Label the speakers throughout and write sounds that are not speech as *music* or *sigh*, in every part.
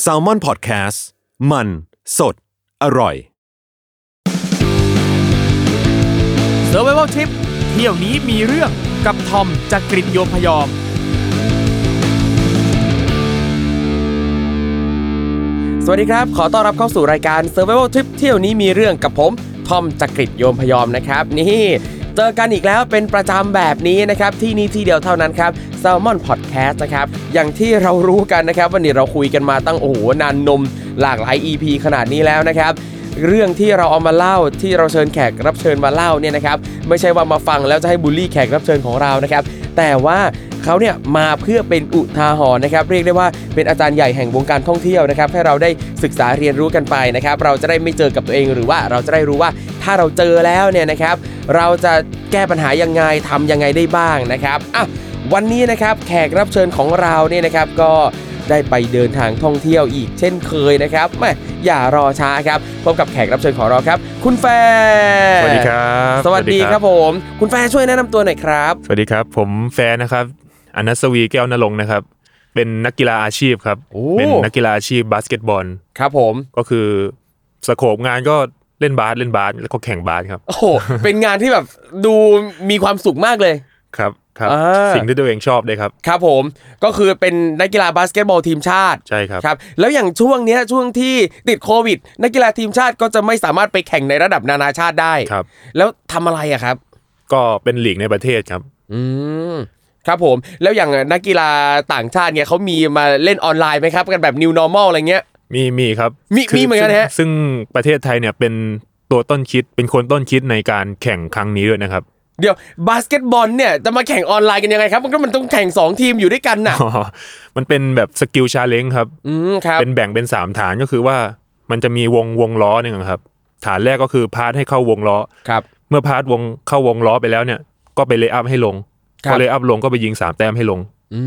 Speaker 1: แซลมอนพอดแคสต์มันสดอร่อย
Speaker 2: s u r v i v a l Trip เที่ยวนี้มีเรื่องกับทอมจากกรีฑโยมพยอม
Speaker 3: สวัสดีครับ ขอต้อนรับเข้าสู่รายการ Survival Trip เที่ยวนี้มีเรื่องกับผม ทอมจักริดโยมพยอมนะครับ นี่เจอกันอีกแล้วเป็นประจำแบบนี้นะครับ ที่นี่ที่เดียวเท่านั้นครับ s ซ l m o n Podcast นะครับ อย่างที่เรารู้กันนะครับ วันนี้เราคุยกันมาตั้งโอ้โหนานนมหลากหลาย EP ขนาดนี้แล้วนะครับ เรื่องที่เราเอามาเล่าที่เราเชิญแขกรับเชิญมาเล่าเนี่ยนะครับไม่ใช่ว่ามาฟังแล้วจะให้บูลลี่แขกรับเชิญของเรานะครับ แต่ว่าเขาเนี่ยมาเพื่อเป็นอุทาหรณ์นะครับ เรียกได้ว่าเป็นอาจารย์ใหญ่แห่งวงการท่องเที่ยวนะครับ ให้เราได้ศึกษาเรียนรู้กันไปนะครับ เราจะได้ไม่เจอกับตัวเองหรือว่าเราจะได้รู้ว่าถ้าเราเจอแล้วเนี่ยนะครับ เราจะแก้ปัญหายังไงทำยังไงได้บ้างนะครับอ่ะวันนี้นะครับแขกรับเชิญของเราเนี่ยนะครับก็ ได้ไปเดินทางท่องเที่ยวอีกเช่นเคยนะครับแม่อย่ารอช้าครับพบกับแขกรับเชิญของเราครับ คุณแฟร์
Speaker 4: สวัสดีครับ
Speaker 3: สวัสดีครับผม คุณแฟร์ช่วยแนะนำตัวหน่อยครับ
Speaker 4: สวัสดีครับ ผมแฟนนะครับอนัสวีแก้วนรงค์นะครับ เป็นนักกีฬาอาชีพครับ
Speaker 3: โอ้
Speaker 4: เป็นนักกีฬาอาชีพบาสเกตบอล
Speaker 3: ครับผม
Speaker 4: ก็คือสโคปงานก็เล่นบาสเล่นบาสแล้วก็แข่งบาสครับ
Speaker 3: โอ้โห เป็นงานที่แบบดูมีความสุขมากเลย
Speaker 4: ครับครับ
Speaker 3: อ่า
Speaker 4: สิ่งที่ตัวเองชอบเลยครับ
Speaker 3: ครับผมก็คือเป็นนักกีฬาบาสเกตบอลทีมชาติ
Speaker 4: ใช่ครับ
Speaker 3: ครับ แล้วอย่างช่วงเนี้ยช่วงที่ติดโควิด นักกีฬาทีมชาติก็จะไม่สามารถไปแข่งในระดับนานาชาติได้
Speaker 4: ครับ
Speaker 3: แล้วทำอะไรอะครับ
Speaker 4: ก็เป็นหลีกในประเทศครับ
Speaker 3: อืมครับผมแล้วอย่างนักกีฬาต่างชาติเนี่ยเขามีมาเล่นออนไลน์ไหมครับ กันแบบ new normal อะไรเงี้ย
Speaker 4: มีมีครับ
Speaker 3: มี
Speaker 4: คื
Speaker 3: มีเหมือนกัน
Speaker 4: ซึ่ง
Speaker 3: ฮะ
Speaker 4: ซึ่งประเทศไทยเนี่ยเป็นตัวต้นคิดเป็นคนต้นคิดในการแข่งครั้งนี้ด้วยนะครับ *laughs*
Speaker 3: เดี๋ยวบาสเกตบอลเนี่ยจะมาแข่งออนไลน์กันยังไงครับ มันก็มันต้องแข่ง 2 ทีมอยู่ด้วยกัน
Speaker 4: *laughs*
Speaker 3: น่ะ
Speaker 4: มันเป็นแบบสกิลชาเลนจ์ครับ
Speaker 3: อืมครับ
Speaker 4: เป็นแบ่งเป็นสามฐานก็คือว่ามันจะมีวงวงล้อหนึ่งครับ ฐานแรกก็คือพาร์ทให้เข้าวงล้อ
Speaker 3: ครับ
Speaker 4: เมื่อพาร์ทวงเข้าวงล้อไปแล้วเนี่ยก็ไปเลย์อัพให้ลง
Speaker 3: ครับ
Speaker 4: พอเลย์อัพลงก็ไปยิงสามแต้มให้ลง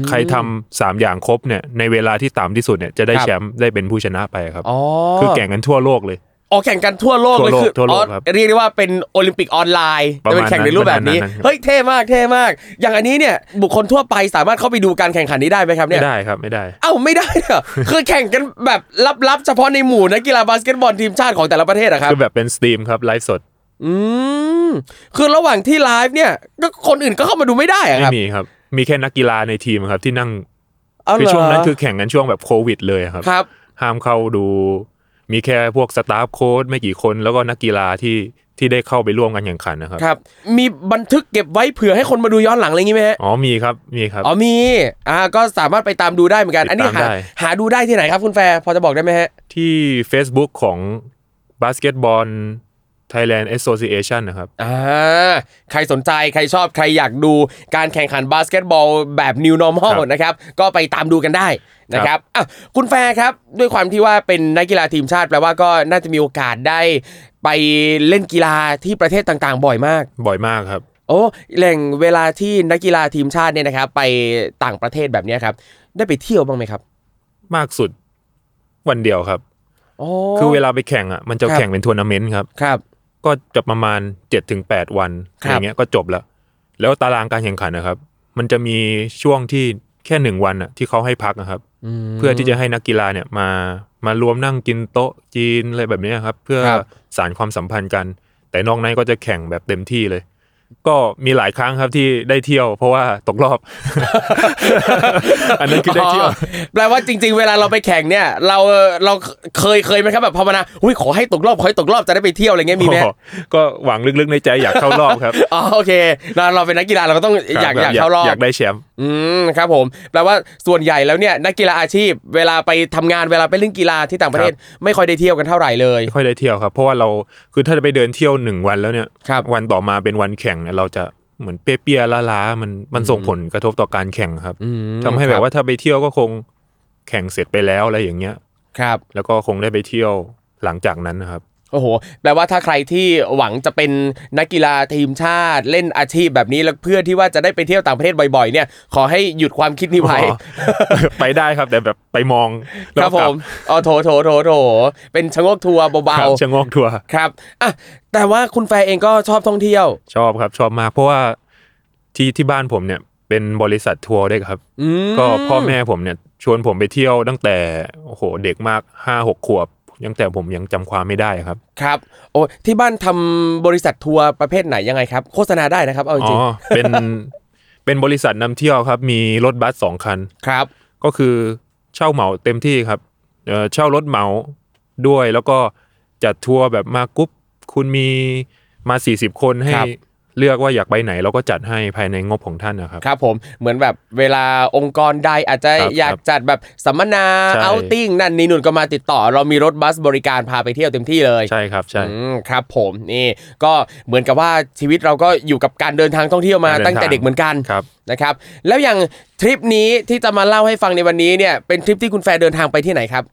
Speaker 4: ใครทำสามอย่างครบเนี่ยในเวลาที่ต่ำที่สุดเนี่ยจะได้
Speaker 3: ครับ
Speaker 4: แชมป์ได้เป็นผู้ชนะไปครับ
Speaker 3: อ๋อ
Speaker 4: คือแข่งกันทั่วโลกเลย
Speaker 3: อ๋อแข่งกันทั่วโลก
Speaker 4: ทั่
Speaker 3: เล
Speaker 4: วย โลก
Speaker 3: คือ
Speaker 4: ทั่วโลก
Speaker 3: อ๋อ
Speaker 4: ครับ
Speaker 3: เรียกได้ว่าเป็นโอลิมปิกออนไลน์
Speaker 4: ประ
Speaker 3: จะเป็
Speaker 4: มาณ
Speaker 3: นแข่งในรูปแบบนี้
Speaker 4: นั้นครับ
Speaker 3: เฮ้ยเท่มากเท่มาก อย่างอันนี้เนี่ยบุคคลทั่วไปสามารถเข้าไปดูการแข่งขันนี้ได้ไหมครับเนี่
Speaker 4: ไม่
Speaker 3: ย
Speaker 4: ได้ครับไม่ได้
Speaker 3: เอ้าไม่ได้เหรอ คือแข่งกันแบบลับๆเฉพาะในหมู่นักกีฬาบาสเกตบอลทีมชาติของแต่ละประเทศอะครับ
Speaker 4: คือแบบเป็นสตรีมครับไลฟ์สด
Speaker 3: อืมคือระหว่างที่ไลฟ์เนี่ยก็คนอื่นก็เข้ามาดูไม่ได้อะ
Speaker 4: ไม่
Speaker 3: ครับ
Speaker 4: มีครับ มีแค่นักกีฬาในทีมครับที่นั่ง
Speaker 3: เอาเหร
Speaker 4: คือช่วงนั้นคือแข่งกันช่วงแบบโควิดเลยครับ
Speaker 3: ครับ
Speaker 4: ห้ามเข้าดู มีแค่พวกสตาฟโค้ดไม่กี่คนแล้วก็นักกีฬาที่ที่ได้เข้าไปร่วมกันแข่งขันนะครับ
Speaker 3: ครับ มีบันทึกเก็บไว้เผื่อให้คนมาดูย้อนหลังอะไรอย่างงี้ไหมฮะ
Speaker 4: อ๋อมีครับมีครับ
Speaker 3: อ๋อมีอ่าก็สามารถไปตามดูได้เหมือนกัน อันนี้
Speaker 4: ติด
Speaker 3: หา
Speaker 4: ตามได้
Speaker 3: หาดูได้ที่ไหนครับคุณแฟร์พอจะบอกได้ไหมฮะ
Speaker 4: ที่ Facebook ของบาสเกตบอล Thailand Association นะครับ
Speaker 3: อ่าใครสนใจใครชอบใครอยากดูการแข่งขันบาสเกตบอลแบบ New Normal
Speaker 4: ครับ
Speaker 3: นะครับ ก็ไปตามดูกันได้นะครับอ่ะคุณแฟร์ครับ ด้วยความที่ว่าเป็นนักกีฬาทีมชาติแปลว่าก็น่าจะมีโอกาสได้ ไปเล่นกีฬาที่ประเทศต่างๆ บ่อยมาก
Speaker 4: บ่อยมากครับ
Speaker 3: โอ้แหล่งเวลาที่นักกีฬาทีมชาติเนี่ยนะครับ ไปต่างประเทศแบบเนี้ยครับ ได้ไปเที่ยวบ้างไหมครับ
Speaker 4: มากสุดวันเดียวครับ
Speaker 3: โอ้
Speaker 4: คือเวลาไปแข่งอ่ะมันจะ
Speaker 3: ครับ
Speaker 4: แข่งเป็นทัวร์นาเมนต์ครับ
Speaker 3: ครับ
Speaker 4: ก็จะประมาณ 7-8 วัน
Speaker 3: ครั
Speaker 4: อบ ย่างเงี้ยก็จบแล้ว แล้วตารางการแข่งขันนะครับ มันจะมีช่วงที่แค่หนึ่งวันอ่ะที่เขาให้พักนะครับ
Speaker 3: ม
Speaker 4: เพื่อที่จะให้นักกีฬาเนี่ยมามารวมนั่งกินโต๊ะจีนอะไรแบบเนี้ยครับ เพื่อ
Speaker 3: ครับ
Speaker 4: สารความสัมพันธ์กัน แต่นอกนั้นก็จะแข่งแบบเต็มที่เลย ก็มีหลายครั้งครับที่ได้เที่ยว เพราะว่าตกรอบ *laughs* อันนั้นคือได้เที่ยว
Speaker 3: แปลว่าจริง ๆ เวลาเราไปแข่งเนี่ย เราเราเคยเคยไหมครับแบบภาวนาอุ้ยขอให้ตกรอบขอให้ตกรอบจะได้ไปเที่ยวอะไรเงี้ยมีไหม
Speaker 4: ก็ก็หวังลึกๆในใจอยากเข้ารอบครับ
Speaker 3: อ๋อโอเคเราเราเป็นนักกีฬาเราก็ต้องอยาก
Speaker 4: ค
Speaker 3: อยา
Speaker 4: บ
Speaker 3: กเข้ารอบ
Speaker 4: อยากได้แชมป์
Speaker 3: อืมครับผมแปลว่าส่วนใหญ่แล้วเนี่ยนักกีฬาอาชีพ เวลาไปทำงานเวลาไปเล่นกีฬาที่ต่างประเทศไม่ค่อยได้เที่ยวกันเท่าไหร่เลย
Speaker 4: ไม่ค่อยได้เที่ยวครับ เพราะว่าเราคือถ้าจะไปเดินเที่ยวหนึ่งวันแล้วเนี่ย
Speaker 3: ครับ
Speaker 4: วันต่อมาเป็นวันแข่งเนี่ยเราจะเหมือนเปรี้ยๆล้าๆมันมันส่งผลกระทบต่อการแข่งครับ
Speaker 3: อืม
Speaker 4: ทำให้แบบว่าถ้าไปเที่ยวก็คง แข่งเสร็จไปแล้วอะไรอย่างเงี้ย
Speaker 3: ครับ
Speaker 4: แล้วก็คงได้ไปเที่ยวหลังจากนั้นนะครับ
Speaker 3: โอ้โห แปลว่าถ้าใครที่หวังจะเป็นนักกีฬาทีมชาติ เล่นอาชีพแบบนี้แล้วเพื่อที่ว่าจะได้ไปเที่ยวต่างประเทศบ่อยๆ เนี่ย ขอให้หยุดความคิดนี้ไว้
Speaker 4: อ๋อ *laughs* ไปได้ครับแต่แบบไปมองแล้ว
Speaker 3: ครับผ
Speaker 4: กลั
Speaker 3: มอ๋อโถโถโถโถเป็นชะโงกทัวร์เบา
Speaker 4: ครับชะงอกทัวร์
Speaker 3: ๆ ครับ อ่ะ แต่ว่าคุณแฟร์เองก็ชอบท่องเที่ยว
Speaker 4: ชอบครับชอบมาก เพราะว่าที่ที่บ้านผมเนี่ยเป็นบริษัททัวร์ด้วยครับ
Speaker 3: อืม
Speaker 4: ก็พ่อแม่ผมเนี่ยชวนผมไปเที่ยวตั้งแต่โอ้โหเด็กมากห้าหกขวบยังแต่ผมยังจำความไม่ได้ครับ
Speaker 3: ครับ โอ้ที่บ้านทำบริษัททัวร์ประเภทไหนยังไงครับ โฆษณาได้นะครับ เอาจ
Speaker 4: อ๋
Speaker 3: ริง
Speaker 4: อเป็นเป็นบริษัทนำเที่ยวครับ มีรถบัสสองคัน
Speaker 3: ๆครับ
Speaker 4: ก็คือเช่าเหมาเต็มที่ครับเอ่อเช่ารถเหมาด้วยแล้วก็จัดทัวร์แบบมากรุ๊ปคุณมีมา 40 คนให้
Speaker 3: ครับ
Speaker 4: เลือกว่าอยากไปไหนเราก็จัดให้ภายในงบของท่านนะครับ
Speaker 3: ครับผมเหมือนแบบเวลาองค์กรใดอาจจะ
Speaker 4: ครับ
Speaker 3: อยากจัดแบบสัมมนา
Speaker 4: ใช่
Speaker 3: เอาติ้งนั่นนี่นุ่นก็มาติดต่อ เรามีรถบัสบริการพาไปเที่ยวเต็มที่เลย
Speaker 4: ใช่ครับใช่
Speaker 3: อืมครับผมนี่ก็เหมือนกับว่าชีวิตเราก็อยู่กับการเดินทางท่องเที่ยวมา
Speaker 4: การเดิน
Speaker 3: ตั้งแต่
Speaker 4: ทาง
Speaker 3: เด็กเหมือนกัน
Speaker 4: ครับ
Speaker 3: นะครับ แล้วอย่างทริปนี้ที่จะมาเล่าให้ฟังในวันนี้เนี่ยเป็นทริปที่คุณแฟร์เดินทางไปที่ไหนครับ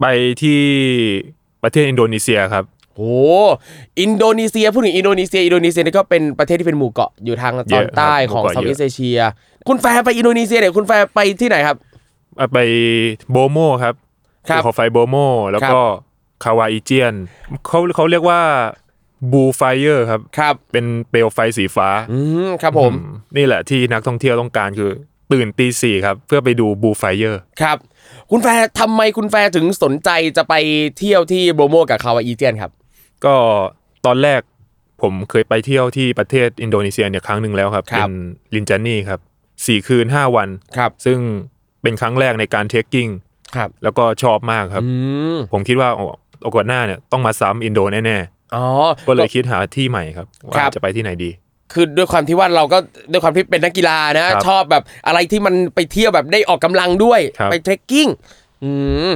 Speaker 4: ไปที่ประเทศอินโดนีเซียครับ
Speaker 3: โอ้อินโดนีเซียพูดถึงอินโดนีเซียอินโดนีเซียนี่ก็เป็นประเทศที่เป็นหมู่เกาะอยู่ทางตอน
Speaker 4: เยอะครับ
Speaker 3: ใต้ของ
Speaker 4: หมู่
Speaker 3: เซา
Speaker 4: เกาะ
Speaker 3: ท์อีส
Speaker 4: เยอะ
Speaker 3: เอเชีย คุณแฟร์ไปอินโดนีเซียเนี่ยคุณแฟร์ไปที่ไหนครับ
Speaker 4: อ่ะไปโบโมครับ
Speaker 3: ครับ
Speaker 4: ภูเขาไฟโบโม แล้วก็คาวาอิเจียนเขาเขาเรียกว่าบูไฟเออร์ครับ
Speaker 3: ครับ
Speaker 4: เป็นเปลวไฟสีฟ้า
Speaker 3: อืมครับผม
Speaker 4: อืมนี่แหละที่นักท่องเที่ยวต้องการคือตื่นตีสี่ครับ เพื่อไปดูบูไฟเยอร์
Speaker 3: ครับ คุณแฟร์ทำไมคุณแฟร์ถึงสนใจจะไปเที่ยวที่โบโมกับคาวาอีเจียนครับ
Speaker 4: ก็ตอนแรกผมเคยไปเที่ยวที่ประเทศอินโดนีเซียเนี่ยครั้งหนึ่งแล้วครับ
Speaker 3: ครับ
Speaker 4: เป็นลินจานี่ครับสี่คืนห้าวัน
Speaker 3: ครับ
Speaker 4: ซึ่งเป็นครั้งแรกในการเทคกิ้ง
Speaker 3: ครับ
Speaker 4: แล้วก็ชอบมากครับ
Speaker 3: อืม
Speaker 4: ผมคิดว่าโอ้โอกาสหน้าเนี่ยต้องมาซ้ำอินโดแน่
Speaker 3: อ๋อ
Speaker 4: ๆ ก็เลยคิดหาที่ใหม่ครับ
Speaker 3: ครั
Speaker 4: ว่า
Speaker 3: บ
Speaker 4: จะไปที่ไหนดี
Speaker 3: คือด้วยความที่ว่าเราก็ด้วยความที่เป็นนักกีฬานะ
Speaker 4: ครับ
Speaker 3: ชอบแบบอะไรที่มันไปเที่ยวแบบได้ออกกำลังด้วย
Speaker 4: ครับ
Speaker 3: ไปเทรคกิ้งอืม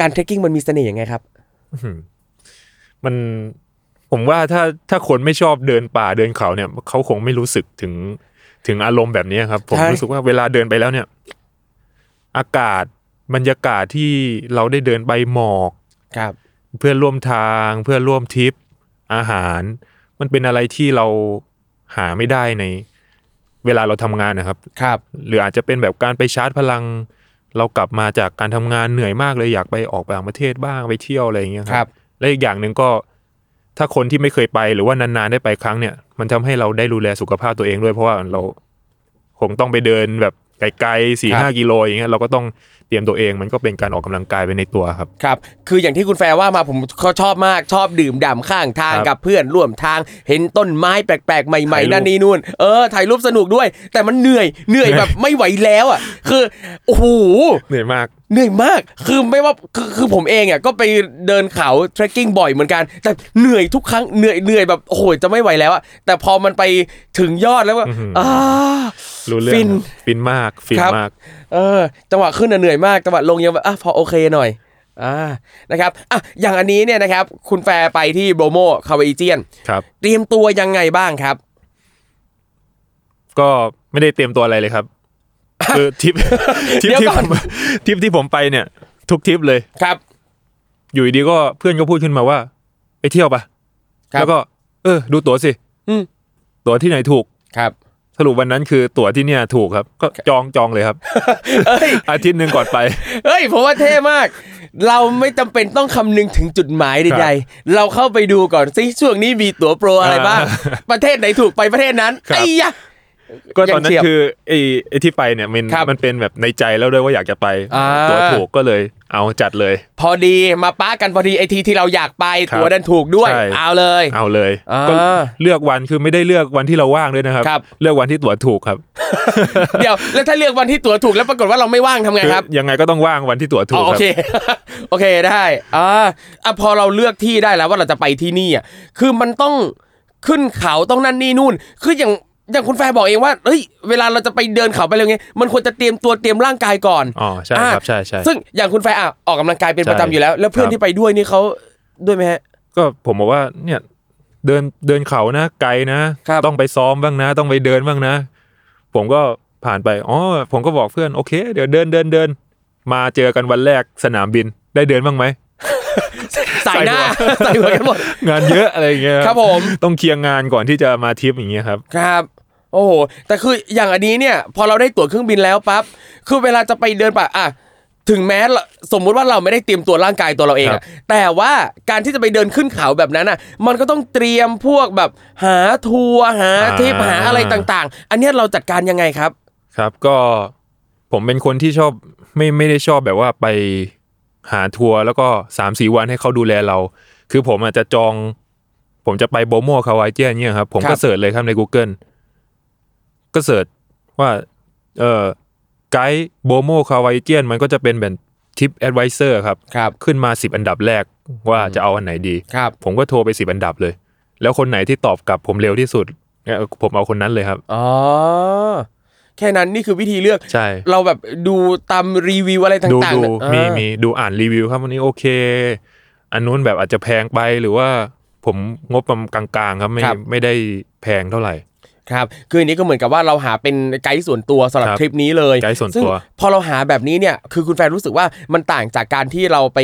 Speaker 3: การเทรคกิ้งมันมีเสน่ห์ยังไงครับ
Speaker 4: อื้อหือมันผมว่าถ้าถ้าคนไม่ชอบเดินป่าเดินเขาเนี่ยเขาคงไม่รู้สึกถึงถึงอารมณ์แบบนี้ครับ ผม
Speaker 3: ใช่
Speaker 4: รู้สึกว่าเวลาเดินไปแล้วเนี่ย อากาศบรรยากาศที่เราได้เดินไปหมอก
Speaker 3: ครับ
Speaker 4: เพื่อนร่วมทางเพื่อนร่วมทริป อาหาร มันเป็นอะไรที่เราหาไม่ได้ในเวลาเราทำงานนะครับ
Speaker 3: ครับ
Speaker 4: หรืออาจจะเป็นแบบการไปชาร์จพลัง เรากลับมาจากการทำงานเหนื่อยมากเลยอยากไปออกต่างประเทศบ้างไปเที่ยวอะไรอย่างเงี้ย
Speaker 3: ครับ
Speaker 4: และอีกอย่างหนึ่งก็ ถ้าคนที่ไม่เคยไปหรือว่านานๆได้ไปครั้งเนี่ย มันทำให้เราได้ดูแลสุขภาพตัวเองด้วยเพราะว่าเราคงต้องไปเดินแบบไกลๆสี่ห้ากิโลอย่างเงี้ยเราก็ต้องเตรียมตัวเองมันก็เป็นการออกกำลังกายไปในตัวครับ
Speaker 3: ครับ คืออย่างที่คุณแฟร์ว่ามาผมก็ชอบมากชอบดื่มด่ำข้างทาง
Speaker 4: ครับ
Speaker 3: กับเพื่อนร่วมทาง เห็นต้นไม้แปลกๆ ใหม่
Speaker 4: ถ่าย
Speaker 3: ๆ
Speaker 4: รูป
Speaker 3: นั่นนี่นู่น เออถ่ายรูปสนุกด้วย แต่มันเหนื่อยเหนื่อยแบบไม่ไหวแล้วอ่ะ คือโอ้โห
Speaker 4: เหนื่อยมาก
Speaker 3: เหนื่อยมาก คือไม่ว่าคือคือผมเองอ่ะก็ไปเดินเขาเทรคกิ้งบ่อยเหมือนกัน แต่เหนื่อยทุกครั้งเหนื่อยเหนื่อยแบบโอ้โหจะไม่ไหวแล้วอ่ะแต่พอมันไปถึงยอดแล้วก็อ่า
Speaker 4: รู้เรื่อง
Speaker 3: ฟิน
Speaker 4: ครับฟินมากฟิน
Speaker 3: ครับ
Speaker 4: มาก
Speaker 3: เออจังหวะขึ้นน่ะเหนื่อยมากจังหวะลงยังแบบอ่ะพอโอเคหน่อยอ่านะครับอ่ะอย่างอันนี้เนี่ยนะครับคุณแฟร์ไปที่โบโมคาวาอิเจียน
Speaker 4: ครับ
Speaker 3: เตรียมตัวยังไงบ้างครับ
Speaker 4: ก็ไม่ได้เตรียมตัวอะไรเลย
Speaker 3: *laughs*
Speaker 4: ครับคือทริป *laughs* ทริป
Speaker 3: เดี๋ยว
Speaker 4: ที่
Speaker 3: ก่
Speaker 4: ผ
Speaker 3: อน
Speaker 4: มทริปที่ผมไปเนี่ย ทุกทริปเลย
Speaker 3: ครับ
Speaker 4: อยู่ดีๆก็เพื่อนก็พูดขึ้นมาว่า ไปเที่ยวปะ
Speaker 3: ครับ
Speaker 4: แล้วก็ เออ ดูตั๋วสิ
Speaker 3: อืม
Speaker 4: ตั๋วที่ไหนถูก
Speaker 3: ครับ
Speaker 4: สรุปวันนั้นคือตั๋วที่เนี่ยถูกครับ ก็จองจองเลยครับ
Speaker 3: เอ้ย
Speaker 4: อาทิตย์หนึ่ง
Speaker 3: *laughs*
Speaker 4: ก่อนไป
Speaker 3: เอ้ยผมว่าเท่มาก เราไม่จำเป็นต้องคำนึงถึงจุดหมายใดๆเราเข้าไปดูก่อนซิช่วงนี้มีตั๋วโปรอะไรบ้าง
Speaker 4: อ่า
Speaker 3: ประเทศไหนถูกไปประเทศนั้น
Speaker 4: ครับ
Speaker 3: ไอ้ยะ
Speaker 4: ก็ตอนนั้
Speaker 3: ยังเฉีย
Speaker 4: น
Speaker 3: บ
Speaker 4: คือไอ้ไอ้ที่ไปเนี่ยมัน
Speaker 3: ครับ
Speaker 4: มันเป็นแบบในใจแล้วด้วยว่าอยากจะไป
Speaker 3: อ่า
Speaker 4: ตั๋วถูกก็เลย เอาจัดเลย
Speaker 3: พอดีมาป้ากันพอดีไอทีที่เราอยากไป
Speaker 4: ครับ
Speaker 3: ตั๋วดันถูกด้วย
Speaker 4: ใช่
Speaker 3: เอาเลย
Speaker 4: เอาเลย
Speaker 3: อ่า
Speaker 4: ก็เลือกวันคือไม่ได้เลือกวันที่เราว่างด้วยนะครับ
Speaker 3: ครับ
Speaker 4: เลือกวันที่ตั๋วถูกครับ
Speaker 3: เดี๋ยวแล้วถ้าเลือกวันที่ตั๋วถูกแล้วปรากฏว่าเราไม่ว่างทำไง
Speaker 4: คือ
Speaker 3: ครับ
Speaker 4: ยังไงก็ต้องว่างวันที่ตั๋วถูก
Speaker 3: อ๋อโอ
Speaker 4: ครับ
Speaker 3: เค *laughs* โอเคได้อ่าอ่ะพอเราเลือกที่ได้แล้วว่าเราจะไปที่นี่อ่ะคือมันต้องขึ้นเขาต้องนั่นนี่นู่น คืออย่างอย่างคุณแฟร์บอกเองว่าเฮ้ยเวลาเราจะไปเดินเขาไปอะไรเงี้ยมันควรจะเตรียมตัวเตรียมร่างกายก่อน
Speaker 4: อ๋อใช่ครับ
Speaker 3: อ่ะ
Speaker 4: ใช่ใช่
Speaker 3: ซึ่งอย่างคุณแฟร์อ่ะออกกำลังกายเป็นประจำ
Speaker 4: ใช่
Speaker 3: อยู่แล้ว แล้วเพื่อน
Speaker 4: ครับ
Speaker 3: ที่ไปด้วยนี่เขาด้วยไหมฮะ
Speaker 4: ก็ผมบอกว่าเนี่ยเดินเดินเขานะไกลนะครับ ต้องไปซ้อมบ้างนะ ต้องไปเดินบ้างนะ ผมก็ผ่านไปอ๋อผมก็บอกเพื่อนโอเค เดี๋ยวเดินเดินเดิน มาเจอกันวันแรกสนามบินได้เดินบ้างไหม
Speaker 3: ใส่หน้า
Speaker 4: *laughs* ใส่
Speaker 3: ใส่
Speaker 4: หั
Speaker 3: หั
Speaker 4: ว
Speaker 3: วกันหมด
Speaker 4: งานเยอะอะไรอย่างเงี้ย
Speaker 3: ครับผม
Speaker 4: ต้องเคลียร์งานก่อนที่จะมาทริปอย่างเงี้ยครับ
Speaker 3: ครับ โอ้โห แต่คืออย่างอันนี้เนี่ย พอเราได้ตั๋วเครื่องบินแล้วปั๊บ คือเวลาจะไปเดินป่าอ่ะ ถึงแม้ละสมมุติว่าเราไม่ได้เตรียมตัวร่างกายตัวเราเอง
Speaker 4: ครั
Speaker 3: อะ
Speaker 4: บ
Speaker 3: แต่ว่าการที่จะไปเดินขึ้นเขาแบบนั้นอ่ะ มันก็ต้องเตรียมพวกแบบหาทัวร์หาทริปหาอะไรต่างๆ อันเนี้ยเราจัดการยังไงครับ
Speaker 4: ครับก็ผมเป็นคนที่ชอบไม่ไม่ได้ชอบแบบว่าไปหาทัวร์แล้วก็สามสี่วันให้เขาดูแลเรา คือผมอาจจะจอง ผมจะไปโบโมคาวายเจียนเนี่ยครับ ผม
Speaker 3: ครั
Speaker 4: ก็
Speaker 3: บ
Speaker 4: เสิร์ชเลยครับใน Google ก็เสิร์ชว่าเอ่อไกด์โบโมคาวายเจียนมันก็จะเป็นแบบทิปแอดไวเซอร์ครับ
Speaker 3: ครับ
Speaker 4: ขึ้นมาสิบอันดับแรกว่าจะเอาอันไหนดี
Speaker 3: ครับ
Speaker 4: ผมก็โทรไปสิบอันดับเลย แล้วคนไหนที่ตอบกลับผมเร็วที่สุดเนี่ยผมเอาคนนั้นเลยครับ
Speaker 3: อ๋อ แค่นั้นนี่คือวิธีเลือก
Speaker 4: ใช่
Speaker 3: เราแบบดูตามรีวิวอะไร
Speaker 4: ดู
Speaker 3: ต่างๆ
Speaker 4: ดู
Speaker 3: เนี่ยอ่า
Speaker 4: มีมีดูอ่านรีวิวครับวันนี้โอเค อันนู้นแบบอาจจะแพงไปหรือว่าผมงบประมาณกลางๆ ครับไม่
Speaker 3: ครับ
Speaker 4: ไม่ได้แพงเท่าไหร่
Speaker 3: ครับคืออันนี้ก็เหมือนกับว่าเราหาเป็นไกด์ส่วนตัวสำหรับ
Speaker 4: ครับ
Speaker 3: ทริปนี้เลย
Speaker 4: ไกด์ส่วนตัว
Speaker 3: ซึ่งพอเราหาแบบนี้เนี่ย คือคุณแฟนรู้สึกว่ามันต่างจากการที่เราไป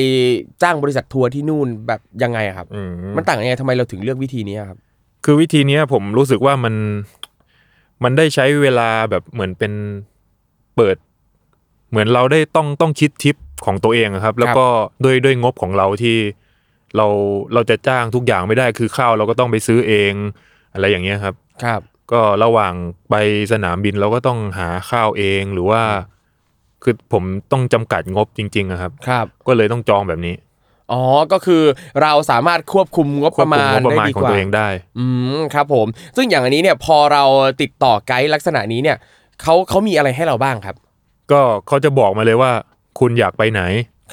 Speaker 3: จ้างบริษัททัวร์ที่นู่นแบบยังไงอะครับ
Speaker 4: อืม
Speaker 3: มันต่างยังไงทำไมเราถึงเลือกวิธีนี้อะครับ
Speaker 4: คือวิธีเนี้ยผมรู้สึกว่ามันมันได้ใช้เวลาแบบเหมือนเป็นเปิด เหมือนเราได้ต้องต้องคิดทิปของตัวเองอะครับ แล้วก็ด้วยด้วยงบของเราที่เราเราจะจ้างทุกอย่างไม่ได้คือข้าวเราก็ต้องไปซื้อเองอะไรอย่างเงี้ยครับ
Speaker 3: ครับ
Speaker 4: ก็ระหว่างไปสนามบินเราก็ต้องหาข้าวเองหรือว่า คือผมต้องจำกัดงบจริงๆอะครับ
Speaker 3: ครับ
Speaker 4: ก็เลยต้องจองแบบนี้
Speaker 3: อ๋อ ก็คือเราสามารถควบคุมงบ
Speaker 4: คว
Speaker 3: ป
Speaker 4: บ
Speaker 3: ระ
Speaker 4: คุม
Speaker 3: มาณ
Speaker 4: งบประ
Speaker 3: ได้
Speaker 4: มาณ
Speaker 3: ดี
Speaker 4: ของ
Speaker 3: กว่า
Speaker 4: ตัวเองได้
Speaker 3: อืม ครับผม ซึ่งอย่างอันนี้เนี่ยพอเราติดต่อไกด์ลักษณะนี้เนี่ยเขาเขามีอะไรให้เราบ้างครับ
Speaker 4: ก็เขาจะบอกมาเลยว่า คุณอยากไปไหน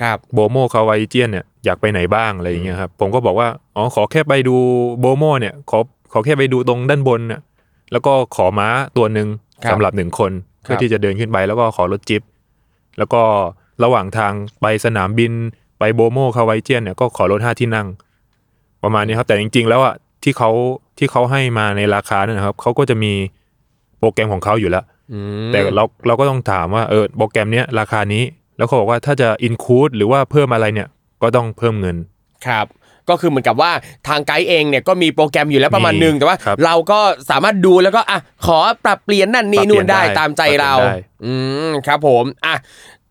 Speaker 3: ครับ
Speaker 4: โบโมคาวายเจียนเนี่ยอยากไปไหนบ้างอะไรอย่างเงี้ยครับผมก็บอกว่าอ๋อขอแค่ไปดูโบโมเนี่ยขอขอแค่ไปดูตรงด้านบนน่ะแล้วก็ขอม้าตัวหนึ่ง
Speaker 3: ครับ
Speaker 4: สำหรับหนึ่งคนเพื่
Speaker 3: ค
Speaker 4: อ
Speaker 3: รับ
Speaker 4: ที่จะเดินขึ้นไปแล้วก็ขอรถจิ๊บแล้วก็ระหว่างทางไปสนามบินไปโบโมคาวายเจียนเนี่ยก็ขอรถห้าที่นั่ง ประมาณนี้ครับแต่จริง ๆ แล้วอ่ะที่เขาที่เขาให้มาในราคานั่นนะครับเขาก็จะมีโปรแกรมของเขาอยู่แล้ว
Speaker 3: อืม
Speaker 4: แต่เราเราก็ต้องถามว่าเออโปรแกรมเนี้ยราคานี้ แล้วเขาบอกว่าถ้าจะ include หรือว่าเพิ่มอะไรเนี่ยก็ต้องเพิ่มเงิน
Speaker 3: ครับ ก็คือเหมือนกับว่าทางไกด์เองเนี่ยก็มีโปรแกรมอยู่แล้วประมาณ
Speaker 4: มี
Speaker 3: หนึ่งแต่ว่า
Speaker 4: ครับ
Speaker 3: เราก็สามารถดูแล้วก็อ่ะขอปรับเปลี่ยนนั่นนี่
Speaker 4: ปรับเปลี่
Speaker 3: นู่
Speaker 4: ย
Speaker 3: น
Speaker 4: น
Speaker 3: ได้
Speaker 4: ได้
Speaker 3: ตามใจเรา
Speaker 4: ปรับเปลี่ยนได้
Speaker 3: อืมครับผมอ่ะ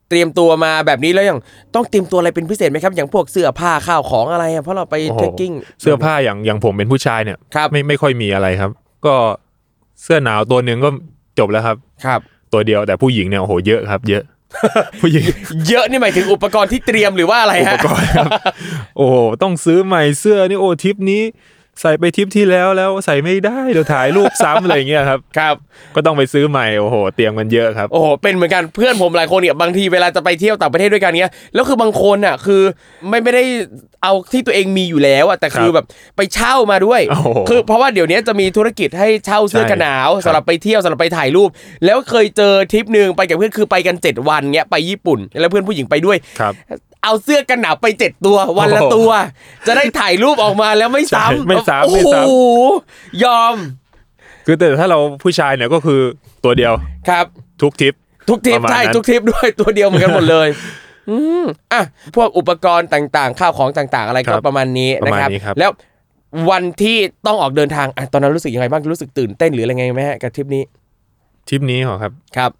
Speaker 3: เตรียมตัวมาแบบนี้แล้วอย่างต้องเตรียมตัวอะไรเป็นพิเศษไหมครับ อย่างพวกเสื้อผ้าข้าวของอะไรอ่ะเพราะเราไป
Speaker 4: โอ้โห
Speaker 3: เทคกิ้ง
Speaker 4: เสื้อผ้าอย่างอย่างผมเป็นผู้ชายเนี่ย
Speaker 3: ครับ
Speaker 4: ไม่ไม่ค่อยมีอะไรครับ ก็เสื้อหนาวตัวหนึ่งก็จบแล้วครับ
Speaker 3: ครับ
Speaker 4: ตัวเดียวแต่ผู้หญิงเนี่ยโอ้โหเยอะครับ
Speaker 3: *laughs*
Speaker 4: เยอะ ผู้หญิง
Speaker 3: เยอะนี่หมายถึงอุปกรณ์ที่เตรียมหรือว่าอะไร
Speaker 4: อุป
Speaker 3: ฮะ
Speaker 4: กรณ์ครับ โอ้โหต้องซื้อใหม่เสื้อนี่โอ้ทริปนี้ ใส่ไปทริปที่แล้วแล้วใส่ไม่ได้เดี๋ยวถ่ายรูปซ้ำอะไรอย่างเงี้ยครับ *laughs*
Speaker 3: ครับ
Speaker 4: ก็ต้องไปซื้อใหม่โอ้โห เตรียมกันเยอะครับ
Speaker 3: โอ้โห เป็นเหมือนกันเพื่อนผมหลายคนเนี่ยบางทีเวลาจะไปเที่ยวต่างประเทศด้วยกันเนี้ย แล้วคือบางคนอ่ะคือไม่ไม่ได้เอาที่ตัวเองมีอยู่แล้วอ่ะแต่คือ
Speaker 4: ครับ
Speaker 3: แบบไปเช่ามาด้วย
Speaker 4: โอ้โห
Speaker 3: คือเพราะว่าเดี๋ยวนี้จะมีธุรกิจให้เช่าเสื้อกันหนาว
Speaker 4: ใช่
Speaker 3: สำหรับไปเที่ยวสำหรับไปถ่ายรูป แล้วเคยเจอทริปหนึ่งไปกับเพื่อนคือไปกัน 7 วันเงี้ยไปญี่ปุ่น แล้วเพื่อนผู้หญิงไปด้วย
Speaker 4: ครับ
Speaker 3: เอาเสื้อกันหนาวไปเจ็ดตัววันละ
Speaker 4: โอ้โห
Speaker 3: ตัว จะได้ถ่ายรูปออกมาแล้วไม่ซ้ำ
Speaker 4: ใช่ไม่ซ้ำไม่ซ้ำ
Speaker 3: โอ้โหยอม
Speaker 4: คือแต่ถ้าเราผู้ชายเนี่ยก็คือตัวเดียว
Speaker 3: ครับ
Speaker 4: ทุกทริป
Speaker 3: ทุกทริ
Speaker 4: ป
Speaker 3: ป
Speaker 4: ระมาณ
Speaker 3: ใช่
Speaker 4: นั้น
Speaker 3: ทุกทริปด้วย *laughs* ตัวเดียวเหมือนกันหมด
Speaker 4: *laughs*
Speaker 3: เลย อืมอ่ะพวกอุปกรณ์ต่างๆ ข้าวของต่างๆ อะไร
Speaker 4: ค
Speaker 3: ก็
Speaker 4: รับ
Speaker 3: ประมาณนี้
Speaker 4: ประ
Speaker 3: นะค
Speaker 4: มาณ
Speaker 3: รับ
Speaker 4: นี้ครับ
Speaker 3: แล้ววันที่ต้องออกเดินทางอ่ะตอนนั้นรู้สึกยังไงบ้างรู้สึกตื่นเต้นหรืออะไรไงไหมฮะกับทริปนี้
Speaker 4: ทริปนี้เหรอครับ
Speaker 3: ครับ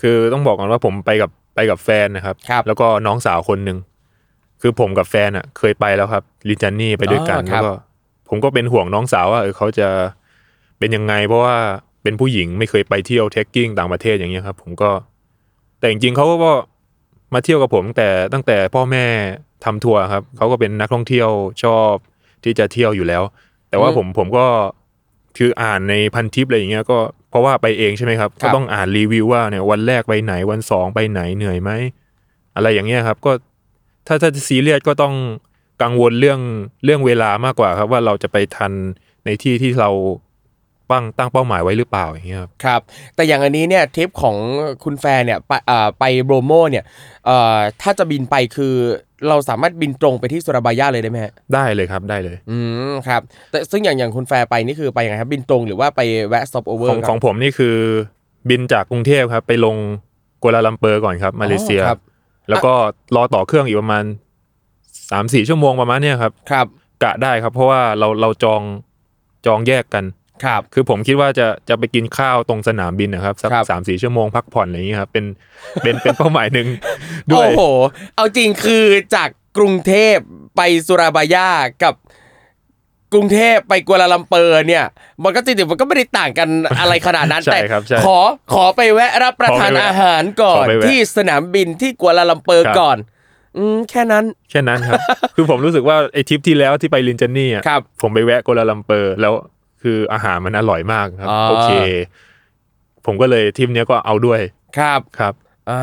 Speaker 4: คือต้องบอกก่อนว่าผมไปกับไปกับแฟนนะครับ
Speaker 3: ครับ
Speaker 4: แล้วก็น้องสาวคนหนึ่งคือผมกับแฟนอ่ะ เคยไปแล้วครับลินจันนี่ไปด้วยกัน
Speaker 3: อ๋อค
Speaker 4: แล้
Speaker 3: รับ
Speaker 4: วก็ผมก็เป็นห่วงน้องสาวว่าเออเขาจะเป็นยังไง เพราะว่าเป็นผู้หญิงไม่เคยไปเที่ยวเทคกิ้งต่างประเทศอย่างเงี้ยครับ ผมก็ แต่จริงๆเขาก็มาเที่ยวกับผมตั้งแต่ตั้งแต่พ่อแม่ทำทัวร์ครับเขาก็เป็นนักท่องเที่ยวชอบที่จะเที่ยวอยู่แล้ว แต่ว่าผมผมก็คืออ่านในพันทิปอะไรอย่างเงี้ยก็เพราะว่าไปเองใช่ไหมครับ
Speaker 3: ครั
Speaker 4: ก็
Speaker 3: บ
Speaker 4: ต้องอ่านรีวิวว่าเนี่ยวันแรกไปไหนวันสองไปไหนเหนื่อยไหมอะไรอย่างเงี้ยครับ ก็ถ้าถ้าจะซีเรียสก็ต้องกังวลเรื่องเรื่องเวลามากกว่าครับ ว่าเราจะไปทันในที่ที่เราตั้งตั้งเป้าหมายไว้หรือเปล่าอย่างเงี้ยครับ
Speaker 3: ครับ แต่อย่างอันนี้เนี่ยทริปของคุณแฟนเนี่ยไปเอ่อไปโบรโมเนี่ยเอ่อถ้าจะบินไปคือเราสามารถบินตรงไปที่สุราบายาเลยได้ไหมฮะ
Speaker 4: ได้เลยครับได้เลย
Speaker 3: อืมครับแต่ซึ่งอย่างอย่างคุณแฟนไปนี่คือไปยังไงครับบินตรงหรือว่าไปแวะ stop over
Speaker 4: ของ
Speaker 3: ครับ
Speaker 4: ของผมนี่คือบินจากกรุงเทพครับ ไปลงกัวลาลัมเปอร์ก่อนครับมาเลเซีย
Speaker 3: อ๋อครับ
Speaker 4: แล้วก็รอต่อเครื่องอีกประมาณสามสี่ชั่วโมงประมาณเนี้ยครับ
Speaker 3: ครับ
Speaker 4: กะได้ครับ เพราะว่าเราเราจองจองแยกกัน
Speaker 3: ครับ
Speaker 4: คือผมคิดว่าจะจะไปกินข้าวตรงสนามบินนะครับสัก
Speaker 3: ครับ
Speaker 4: สามสี่ชั่วโมงพักผ่อนอะไรอย่างเงี้ยครับเป็นเป็นเป็นเป้าหมายหนึ่งด้วย
Speaker 3: โอ้โห เอาจริงคือจากกรุงเทพไปสุราบายากับกรุงเทพไปกัวลาลัมเปอร์เนี่ย มันก็จริงๆมันก็ไม่ได้ต่างกันอะไรขนาดนั้น
Speaker 4: ใช่
Speaker 3: แต่
Speaker 4: ครับใช่
Speaker 3: ขอขอไปแวะรับประทาน
Speaker 4: ขอไปแวะ
Speaker 3: อาหารก่อ
Speaker 4: ข
Speaker 3: น
Speaker 4: อไปแวะ
Speaker 3: ที่สนามบินที่กัวลาลัมเปอร์
Speaker 4: ครับ
Speaker 3: ก่อน อืมแค่นั้น
Speaker 4: แค่นั้นครับ คือผมรู้สึกว่าไอ้ทริปที่แล้วที่ไปลินเจนนี่อ่ะ
Speaker 3: ครับ
Speaker 4: ผมไปแวะกัวลาลัมเปอร์ แล้วคืออาหารมันอร่อยมากครับ
Speaker 3: อ่า
Speaker 4: โอเค ผมก็เลยทริปเนี้ยก็เอาด้วย
Speaker 3: ครับ
Speaker 4: ครับ
Speaker 3: อ่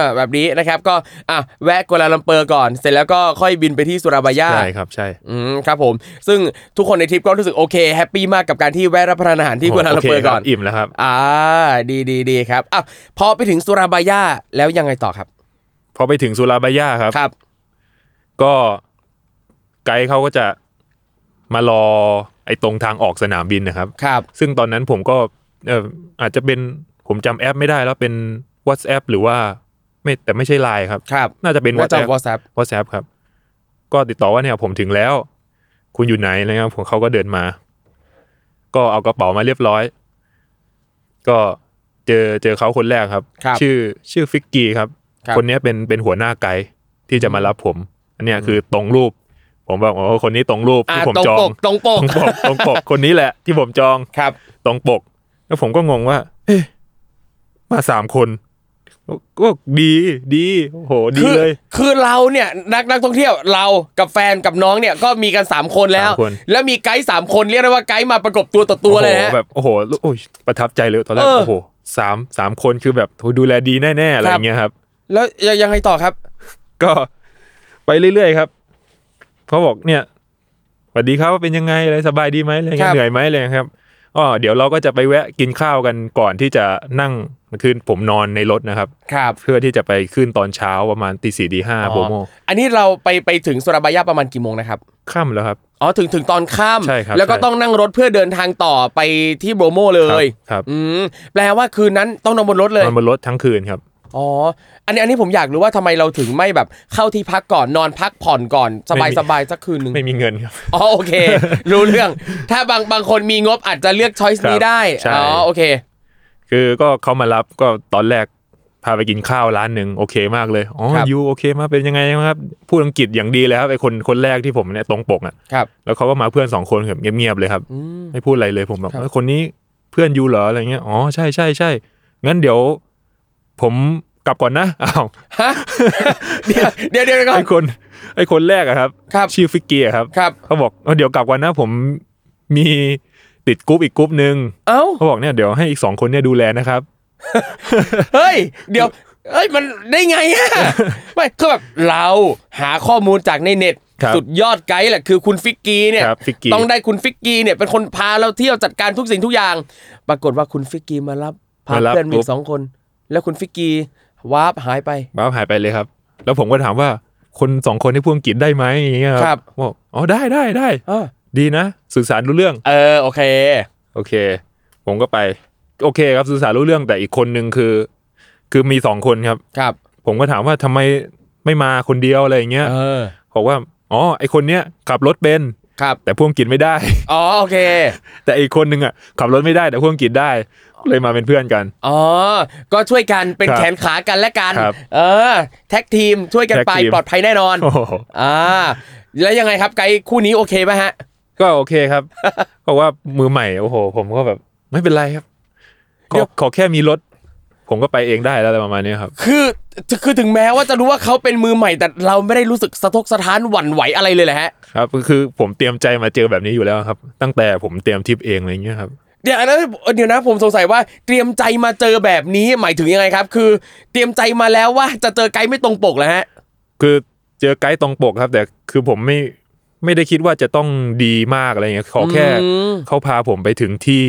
Speaker 3: าแบบนี้นะครับก็อ่ะแวะกัวลาลัมเปอร์ก่อน เสร็จแล้วก็ค่อยบินไปที่สุราบายา
Speaker 4: ใช่ครับใช่
Speaker 3: อืมครับผม ซึ่งทุกคนในทริปก็รู้สึกโอเคแฮปปี้มากกับการที่แวะรับประทานอาหารที่กัวลาลัมเปอร์
Speaker 4: โคค
Speaker 3: ก่อน
Speaker 4: อิ่มแล้วครับ
Speaker 3: อ่าดีดีดีครับอ่ะพอไปถึงสุราบายาแล้วยังไงต่อครับ
Speaker 4: พอไปถึงสุราบายาครับ
Speaker 3: ครับ
Speaker 4: ก็ไกด์เขาก็จะมารอไอ้ตรงทางออกสนามบินนะครับ
Speaker 3: ครับ
Speaker 4: ซึ่งตอนนั้นผมก็เอออาจจะเป็นผมจำแอปไม่ได้แล้วเป็น WhatsApp หรือว่าไม่แต่ไม่ใช่ไลน์ครับ
Speaker 3: ครับ
Speaker 4: น่าจะเป็น
Speaker 3: ว่าจะ
Speaker 4: WhatsApp
Speaker 3: WhatsApp
Speaker 4: WhatsApp ครับ ก็ติดต่อว่าเนี่ยผมถึงแล้ว คุณอยู่ไหนอะไรเงี้ยผมเขาก็เดินมา ก็เอากระเป๋ามาเรียบร้อย ก็เจอเจอเขาคนแรกครับ
Speaker 3: ครับ
Speaker 4: ชื่อชื่อฟิกกี้ครับ
Speaker 3: ครับ
Speaker 4: คนเนี้ยเป็นเป็นหัวหน้าไกด์ที่จะมารับผม อันเนี้ยคือตรงรูป ผมบอกว่าคนนี้ตรงรูป
Speaker 3: อ่า
Speaker 4: ที่ผม
Speaker 3: ตรง
Speaker 4: จอง
Speaker 3: ปกตรงปก
Speaker 4: ตรงปกตรงปกคนนี้แหละ ที่ผมจอง
Speaker 3: ครับ
Speaker 4: ตรงปก แล้วผมก็งงว่า เอ๊ะมาสามคนก็ดีดีโอ้โห ดี
Speaker 3: คือ
Speaker 4: เลย
Speaker 3: คือเราเนี่ยนักนักท่องเที่ยวเรากับแฟนกับน้องเนี่ยก็มีกันสามคนแล้ว
Speaker 4: สามคน
Speaker 3: แล้วมีไกด์สามคนเรียกได้ว่าไกด์มาประกบตัวต่อตัวเลย
Speaker 4: โอ้
Speaker 3: นะ
Speaker 4: โหแบบโอ้โหโอ้ยประทับใจเลยตอนแรก
Speaker 3: เออ
Speaker 4: โอ้โหสามสามคนคือแบบโหดูแลดีแน่ๆ อะไร
Speaker 3: ครับ
Speaker 4: อย่างเงี้ยครับ
Speaker 3: แล้วยังยังไงต่อครับ
Speaker 4: ก็ไปเรื่อยๆครับเขาบอกเนี่ยสวัสดีครับว่าเป็นยังไงอะไรสบายดีไหมอะไร
Speaker 3: ค
Speaker 4: เงี้
Speaker 3: รับ
Speaker 4: ยเหนื่อยไหมอะไรเงี้ยครับอ๋อเดี๋ยวเราก็จะไปแวะกินข้าวกันก่อนที่จะนั่งคือผมนอนในรถนะครับ
Speaker 3: ครับ
Speaker 4: เพื่อที่จะไปขึ้นตอนเช้าประมาณตีสี่ตีห้าโบโม
Speaker 3: อันนี้เราไปไปถึงสุราบายาประมาณกี่โมงนะครับ
Speaker 4: ค่ำแล้วครับ
Speaker 3: อ๋อถึงถึงตอนค่ำ
Speaker 4: ใช่ครับ
Speaker 3: แล้วก็
Speaker 4: ใช่
Speaker 3: ต้องนั่งรถเพื่อเดินทางต่อไปที่โบรโมเลย
Speaker 4: ครับ
Speaker 3: อืมแปลว่าคืนนั้นต้องนอนบนรถเลย
Speaker 4: นอนบนรถทั้งคืนครับ
Speaker 3: อ๋อ อันนี้อันนี้ผมอยากรู้ว่าทำไมเราถึงไม่แบบเข้าที่พักก่อนนอนพักผ่อนก่อนส
Speaker 4: ไม่
Speaker 3: บาย
Speaker 4: มี
Speaker 3: สบายสักคืนหนึ่ง
Speaker 4: ไม่มีเงินครับ *laughs*
Speaker 3: อ๋อโอเค *laughs* รู้เรื่อง ถ้าบางบางคนมีงบอาจจะเลือกช้อยส์
Speaker 4: ครับ
Speaker 3: นี้ได้
Speaker 4: ใช่
Speaker 3: อ๋อโอเค
Speaker 4: คือก็เขามารับก็ตอนแรกพาไปกินข้าวร้านหนึ่งโอเคมากเลยอ๋อ
Speaker 3: ครับ
Speaker 4: ยูโอเคมากเป็นยังไงบ้างครับพูดอังกฤษอย่างดีเลยครับไอคนคนแรกที่ผมเนี่ยตรงปกอ่ะ
Speaker 3: ครับ
Speaker 4: แล้วเขาก็มาเพื่อนสองคนแบบเงียบๆเลยครับ
Speaker 3: อืม
Speaker 4: ไม่พูดอะไรเลยผมแบบ
Speaker 3: ครับ
Speaker 4: เอ้ยคนนี้เพื่อนยูเหรออะไรเงี้ยอ๋อใช่ใช่ใช่งั้นเดี๋ยวผมกลับก่อนนะ *laughs* อ้าว
Speaker 3: ฮะ *laughs* เดี๋ยวเดี๋ยวเดี๋ยวก่อน
Speaker 4: ไอคนไอคนแรกอะครับ
Speaker 3: ครับ
Speaker 4: ชื่อฟิกเกียครับ
Speaker 3: ครับ
Speaker 4: เขาบอกเอ้าเดี๋ยวกลับก่อนนะผมมีติดกรุ๊ปอีกกรุ๊ปหนึ่ง
Speaker 3: เอ้า
Speaker 4: เขาบอกเนี่ยเดี๋ยวให้อีกสองคนเนี่ยดูแลนะครับ
Speaker 3: เฮ้ย เดี๋ยวเฮ้ยมันได้ไงอะ
Speaker 4: *laughs*
Speaker 3: ไม่คือแบบเราหาข้อมูลจากในเน็ต
Speaker 4: ครับ
Speaker 3: สุดยอดไกด์แหละคือคุณฟิกกี้เนี่ย
Speaker 4: ครับฟิกกี้
Speaker 3: ต้องได้คุณฟิกกี้เนี่ยเป็นคนพาเราเที่ยวจัดการทุกสิ่งทุกอย่าง ปรากฏว่าคุณฟิกกี้มารับพา
Speaker 4: มารับ
Speaker 3: เพื่อนมี
Speaker 4: ปุ๊บ
Speaker 3: สองคน แล้วคุณฟิกกี้วาร์ปหายไป
Speaker 4: บ้าหายไปเลยครับ แล้วผมก็ถามว่าคนสองคนที่พูดอังกฤษได้ไหมอย่างเงี้ยค
Speaker 3: ครั
Speaker 4: รับ บอกอ๋อได้ได้ได้
Speaker 3: อ้อ
Speaker 4: ดีนะ สื่อสารรู้เรื่อง
Speaker 3: เออโอเค
Speaker 4: โอเค ผมก็ไป โอเคครับสื่อสารรู้เรื่องแต่อีกคนนึงคือ คือมีสองคนครับ
Speaker 3: ครับ
Speaker 4: ผมก็ถามว่าทำไมไม่มาคนเดียวอะไรอย่างเงี้ย
Speaker 3: เออ
Speaker 4: บอกว่าอ๋อไอคนเนี้ยขับรถเป็น
Speaker 3: ครับ
Speaker 4: แต่พูดอังกฤษไม่ได้ *laughs*
Speaker 3: อ๋อโอเค
Speaker 4: แต่อีกคนนึงอ่ะขับรถไม่ได้แต่พูดอังกฤษได้ก็เลยมาเป็นเพื่อนกัน *laughs*
Speaker 3: อ๋อก็ช่วยกันเป็น
Speaker 4: ครับ
Speaker 3: แขนขากันและกัน
Speaker 4: ครับ
Speaker 3: เออ แท็กทีมช่วยกัน
Speaker 4: แท็ก
Speaker 3: ไป
Speaker 4: ทีม
Speaker 3: ปลอดภัยแน่นอน
Speaker 4: โอ้โห
Speaker 3: อ่าแล้วยังไงครับไกด์คู่นี้โอเคไหมฮะ
Speaker 4: ก็โอเคครับ *laughs* เพราะว่ามือใหม่โอ้โห ผมก็แบบ ไม่เป็นไรครับข
Speaker 3: เดี๋
Speaker 4: อ
Speaker 3: ยว
Speaker 4: ขอแค่มีรถ ผมก็ไปเองได้แล้วอะไรประมาณเนี้ยครับ
Speaker 3: คือคือถึงแม้ว่าจะรู้ว่าเขาเป็นมือใหม่ แต่เราไม่ได้รู้สึกสะทกสะท้านหวั่นไหวอะไรเลยแหละฮะ
Speaker 4: ครับคือผมเตรียมใจมาเจอแบบนี้อยู่แล้วครับ ตั้งแต่ผมเตรียมทริปเองอะไรเงี้ยครับ
Speaker 3: เดี๋ยวนะเดี๋ยวนะผมสงสัยว่าเตรียมใจมาเจอแบบนี้หมายถึงยังไงครับ คือเตรียมใจมาแล้วว่าจะเจอไกด์ไม่ตรงปกแล้วฮะ
Speaker 4: คือเจอไกด์ตรงปกครับ แต่คือผมไม่ไม่ได้คิดว่าจะต้องดีมากอะไรเงี้ยขอแค่
Speaker 3: อืม
Speaker 4: เขาพาผมไปถึงที่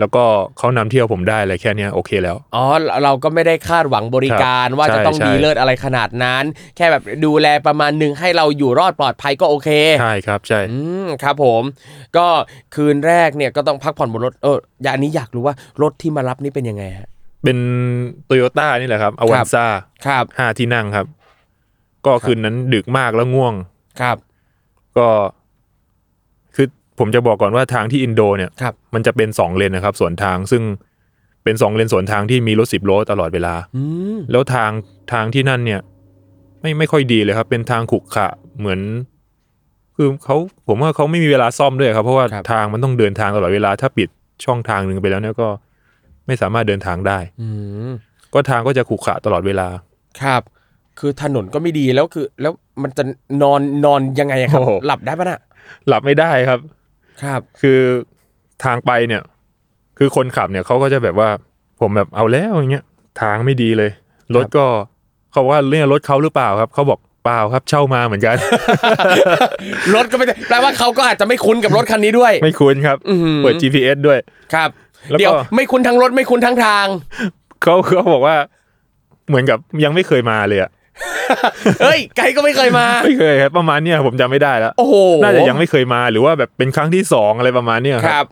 Speaker 4: แล้วก็เขานำเที่ยวผมได้อะไรแค่เนี้ยโอเคแล้ว
Speaker 3: อ๋อเราก็ไม่ได้คาดหวังบริการ
Speaker 4: ครับ
Speaker 3: ว่าจะ
Speaker 4: ใช่
Speaker 3: ต้อง
Speaker 4: ใช่
Speaker 3: ดีเลิศอะไรขนาดนั้น แค่แบบดูแลประมาณหนึงให้เราอยู่รอดปลอดภัยก็โอเค
Speaker 4: ใช่ครับใช่
Speaker 3: อืมครับผม ก็คืนแรกเนี่ยก็ต้องพักผ่อนบนรถเอออย่างนี้อยากรู้ว่ารถที่มารับนี่เป็นยังไงฮะ
Speaker 4: เป็นโตโยต้านี่แหละครับอวันซ่า
Speaker 3: ครับ
Speaker 4: ห้าที่นั่งครับ ก็คืนนั้นดึกมากแล้วง่วง
Speaker 3: ครับ
Speaker 4: ก็คือผมจะบอกก่อนว่าทางที่อินโดเนี่ย
Speaker 3: ครับ
Speaker 4: มันจะเป็นสองเลนนะครับสวนทางซึ่งเป็นสองเลนสวนทางที่มีรถสิบล้อตลอดเวลา
Speaker 3: อืม
Speaker 4: แล้วทางทางที่นั่นเนี่ย ไม่ไม่ค่อยดีเลยครับ เป็นทางขรุขระเหมือน คือเขาผมว่าเขาไม่มีเวลาซ่อมด้วยครับ เพราะว่า
Speaker 3: ครับ
Speaker 4: ทางมันต้องเดินทางตลอดเวลา ถ้าปิดช่องทางหนึ่งไปแล้วเนี่ยก็ไม่สามารถเดินทางได้
Speaker 3: อืม
Speaker 4: ก็ทางก็จะขรุขระตลอดเวลา
Speaker 3: ครับ คือถนนก็ไม่ดีแล้วคือ แล้วมันจะนอนนอนยังไงอะครับ
Speaker 4: โอ้โห
Speaker 3: หลับได้ปะน่ะ
Speaker 4: หลับไม่ได้ครับ
Speaker 3: ครับ
Speaker 4: คือทางไปเนี่ย คือคนขับเนี่ยเขาก็จะแบบว่า ผมแบบเอาแล้วอย่างเงี้ยทางไม่ดีเลย รถก็เขาบอกว่าเนี่ยรถเขาหรือเปล่าครับเขาบอกเปล่าครับเช่ามาเหมือนกัน
Speaker 3: *laughs* รถก็ไม่ได้แปลว่าเขาก็อาจจะไม่คุ้นกับรถคันนี้ด้วย
Speaker 4: ไม่คุ้นครับ
Speaker 3: อื้อหือ
Speaker 4: เปิด GPS ด้วย
Speaker 3: ครับ
Speaker 4: แล้วก็
Speaker 3: เดี๋ยวไม่คุ้นทั้งรถไม่คุ้นทั้งทาง
Speaker 4: *laughs* เขาเขาบอกว่าเหมือนกับยังไม่เคยมาเลยอะ
Speaker 3: เฮ้ยไกด์ก็ไม่เคยมา
Speaker 4: ไม่เคยครับประมาณเนี้ยผมจำไม่ได้แล้ว
Speaker 3: โอ้โห
Speaker 4: น่าจะยังไม่เคยมาหรือว่าแบบเป็นครั้งที่สองอะไรประมาณเนี้ย
Speaker 3: ค
Speaker 4: ค
Speaker 3: รั
Speaker 4: รับ
Speaker 3: บ